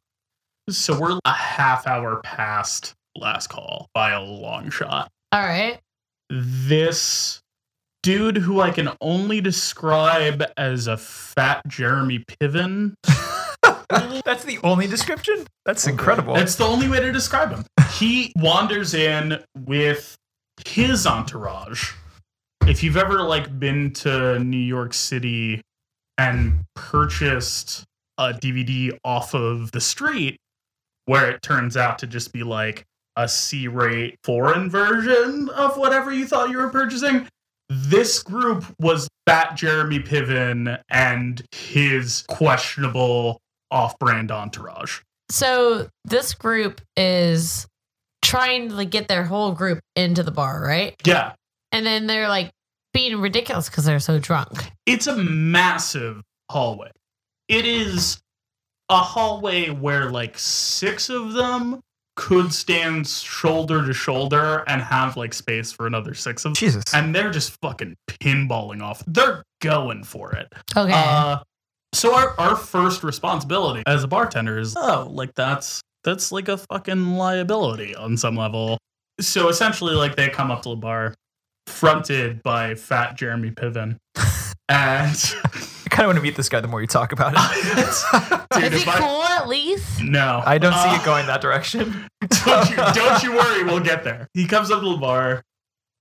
Speaker 2: It So we're a half hour past last call by a long shot.
Speaker 3: All right.
Speaker 2: This dude who I can only describe as a fat Jeremy Piven.
Speaker 3: (laughs)
Speaker 1: That's the only description? That's incredible.
Speaker 2: That's the only way to describe him. He wanders in with his entourage. If you've ever like been to New York City and purchased a DVD off of the street, where it turns out to just be like a C-rate foreign version of whatever you thought you were purchasing, this group was Fat Jeremy Piven and his questionable off-brand entourage.
Speaker 3: So this group is trying to like, get their whole group into the bar, right?
Speaker 2: Yeah,
Speaker 3: And then they're like being ridiculous because they're so drunk.
Speaker 2: it's a massive hallway. It is a hallway where like six of them could stand shoulder to shoulder and have like space for another six of them.
Speaker 1: Jesus.
Speaker 2: And they're just fucking pinballing off. They're going for it.
Speaker 3: Okay.
Speaker 2: Uh, so our, our first responsibility as a bartender is oh like that's that's like a fucking liability on some level. So essentially like they come up to the bar fronted by fat Jeremy Piven. And (laughs)
Speaker 1: I kind of want to meet this guy the more you talk
Speaker 3: (laughs)
Speaker 1: about it.
Speaker 2: dude,
Speaker 3: is it
Speaker 2: if I-
Speaker 3: cool at least?
Speaker 2: no.
Speaker 1: I don't see
Speaker 2: Uh,
Speaker 1: it going that
Speaker 3: (laughs)
Speaker 1: direction.
Speaker 2: don't (laughs) you don't you worry, we'll get there. He comes up to the bar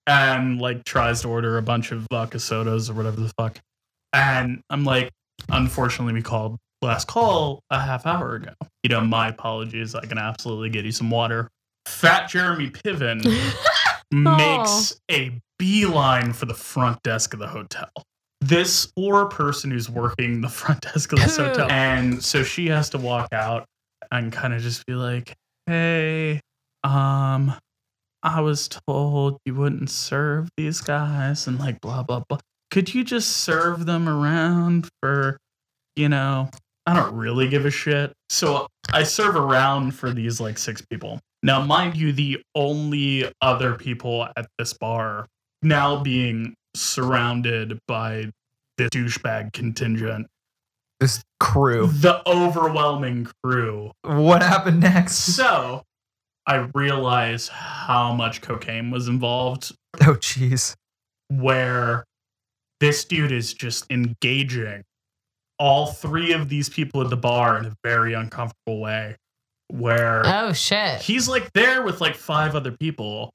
Speaker 2: and like tries to order a bunch of vodka sodas or whatever the fuck. And I'm like, unfortunately, we called last call a half hour ago. You know, my apologies. I can absolutely get you some water. Fat Jeremy Piven makes a beeline for the front desk of the hotel. This poor person who's working the front desk of this hotel. And so she has to walk out and kind of just be like, hey, um, I was told you wouldn't serve these guys and like blah, blah, blah. Could you just serve them around for, you know, I don't really give a shit. So I serve around for these like six people. Now, mind you, the only other people at this bar now being surrounded by the douchebag contingent,
Speaker 1: This crew.
Speaker 2: the overwhelming crew.
Speaker 1: What happened next?
Speaker 2: So I realize how much cocaine was involved,
Speaker 1: Oh, jeez.
Speaker 2: where this dude is just engaging all three of these people at the bar in a very uncomfortable way, where.
Speaker 3: Oh shit.
Speaker 2: he's like there with like five other people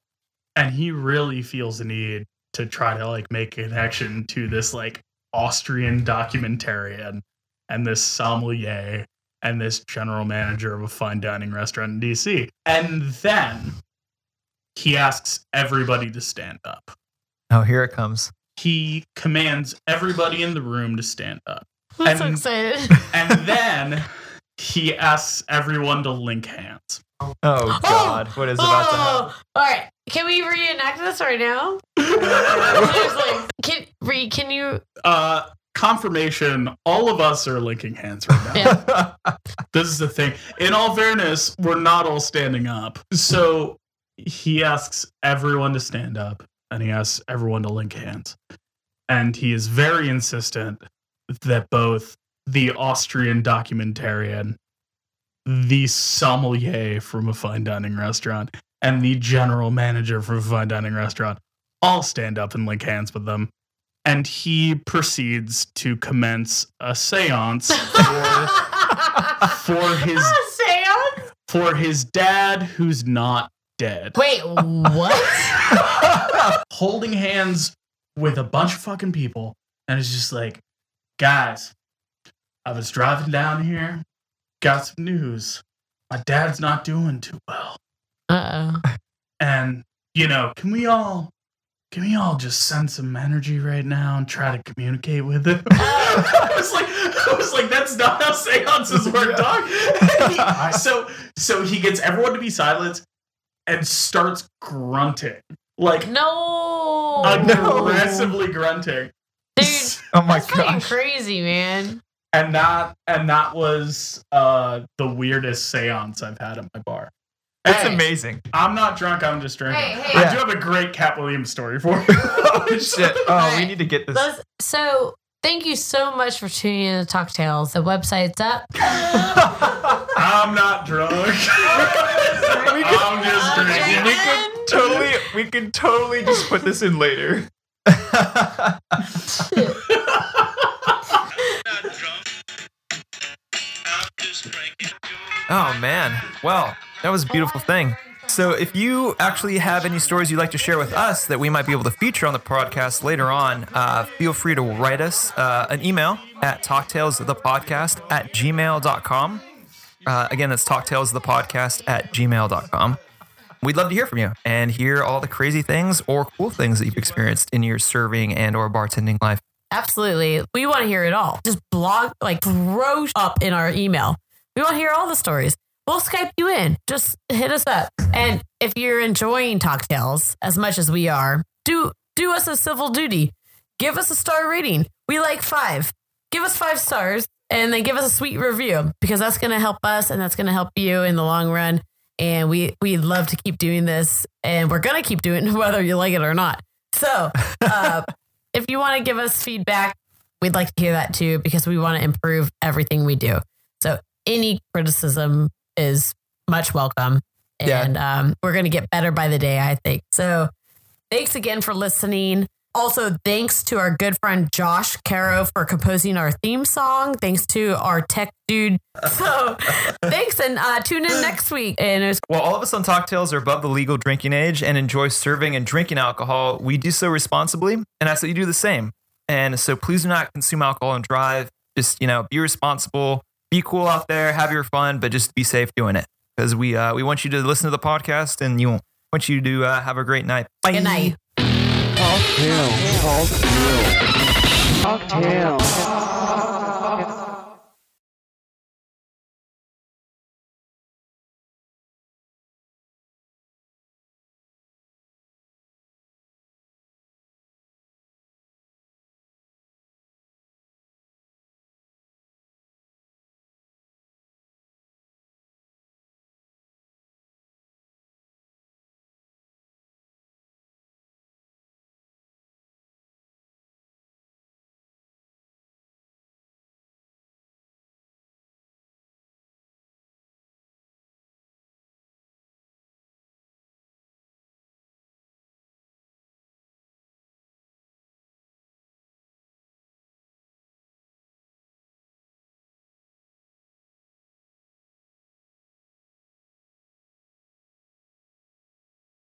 Speaker 2: and he really feels the need to try to like make a connection to this like austrian documentarian and this sommelier and this general manager of a fine dining restaurant in dc and then he asks everybody to stand up
Speaker 1: Oh, here it comes.
Speaker 2: he commands everybody in the room to stand up
Speaker 3: I'm so
Speaker 2: and-
Speaker 1: (laughs)
Speaker 3: excited.
Speaker 2: and then he asks everyone to link hands
Speaker 1: (gasps) Oh, God. What is about to happen?
Speaker 3: Oh, all right. Can we reenact this
Speaker 1: (laughs)
Speaker 3: right now? Seriously. can re, can you?
Speaker 2: uh confirmation all of us are linking hands right now
Speaker 1: (laughs)
Speaker 3: Yeah.
Speaker 2: this is the thing in all fairness we're not all standing up so he asks everyone to stand up and he asks everyone to link hands and he is very insistent that both the austrian documentarian the sommelier from a fine dining restaurant and the general manager from a fine dining restaurant all stand up and link hands with them and he proceeds to commence a
Speaker 3: (laughs)
Speaker 2: seance for for his
Speaker 3: Ah, Sam?
Speaker 2: for his dad who's not dead.
Speaker 3: Wait, (laughs) what?
Speaker 2: Holding hands with a bunch of fucking people and it's just like, guys, I was driving down here, got some news. My dad's not doing too well.
Speaker 3: Uh oh.
Speaker 2: And you know, can we all can we all just send some energy right now and try to communicate with him? (laughs) I was like, I was like, that's not how seances work, dog. And he- (laughs) so, so he gets everyone to be silent and starts grunting, like
Speaker 3: No,
Speaker 2: aggressively grunting,
Speaker 3: dude,
Speaker 1: Oh, my
Speaker 3: that's fucking
Speaker 1: gosh.
Speaker 3: crazy, man.
Speaker 2: and that and that was uh, the weirdest seance I've had at my bar.
Speaker 1: It's
Speaker 3: Hey.
Speaker 1: amazing.
Speaker 2: I'm not drunk. I'm just drinking.
Speaker 3: Hey, hey.
Speaker 2: I
Speaker 1: Yeah.
Speaker 2: do have a great Cat Williams story for you.
Speaker 1: Oh, shit. Oh, we need to get this.
Speaker 3: Those- so, thank you so much for tuning in to Talk Tales. The website's up.
Speaker 2: I I'm not drunk. I'm just
Speaker 1: We
Speaker 2: drinking.
Speaker 1: could totally, we could totally just put this in later. Oh man. Well, that was a beautiful thing. So if you actually have any stories you'd like to share with us that we might be able to feature on the podcast later on, uh, feel free to write us uh, an email at talktalesthepodcast at gmail.com. Uh, again, that's talktalesthepodcast at gmail.com. We'd love to hear from you and hear all the crazy things or cool things that you've experienced in your serving and or bartending life.
Speaker 3: Absolutely. We want to hear it all. Just blog, like, grow up in our email. We want to hear all the stories. We'll Skype you in. Just hit us up. And if you're enjoying cocktails as much as we are, do do us a civil duty. Give us a star rating. We like five. Give us five stars and then give us a sweet review because that's going to help us and that's going to help you in the long run. And we we love to keep doing this and we're going to keep doing it (laughs) whether you like it or not. So,
Speaker 1: (laughs)
Speaker 3: uh, if you want to give us feedback, we'd like to hear that too because we want to improve everything we do. So any criticism is much welcome.
Speaker 1: Yeah.
Speaker 3: And um, we're going to get better by the day, I think. So thanks again for listening. Also, thanks to our good friend Josh Caro for composing our theme song. Thanks to our tech dude. So (laughs) thanks and uh, tune
Speaker 1: (laughs)
Speaker 3: in next week. And it was
Speaker 1: While all of us on Talktails are above the legal drinking age and enjoy serving and drinking alcohol, we do so responsibly and ask that you do the same. And so please do not consume alcohol and drive. Just, you know, be responsible, be cool out there, have your fun, but just be safe doing it. Because we uh, we want you to listen to the podcast and you want you to uh, have a great night. Bye.
Speaker 3: good night.
Speaker 8: Cocktail. Cocktail. Cocktail.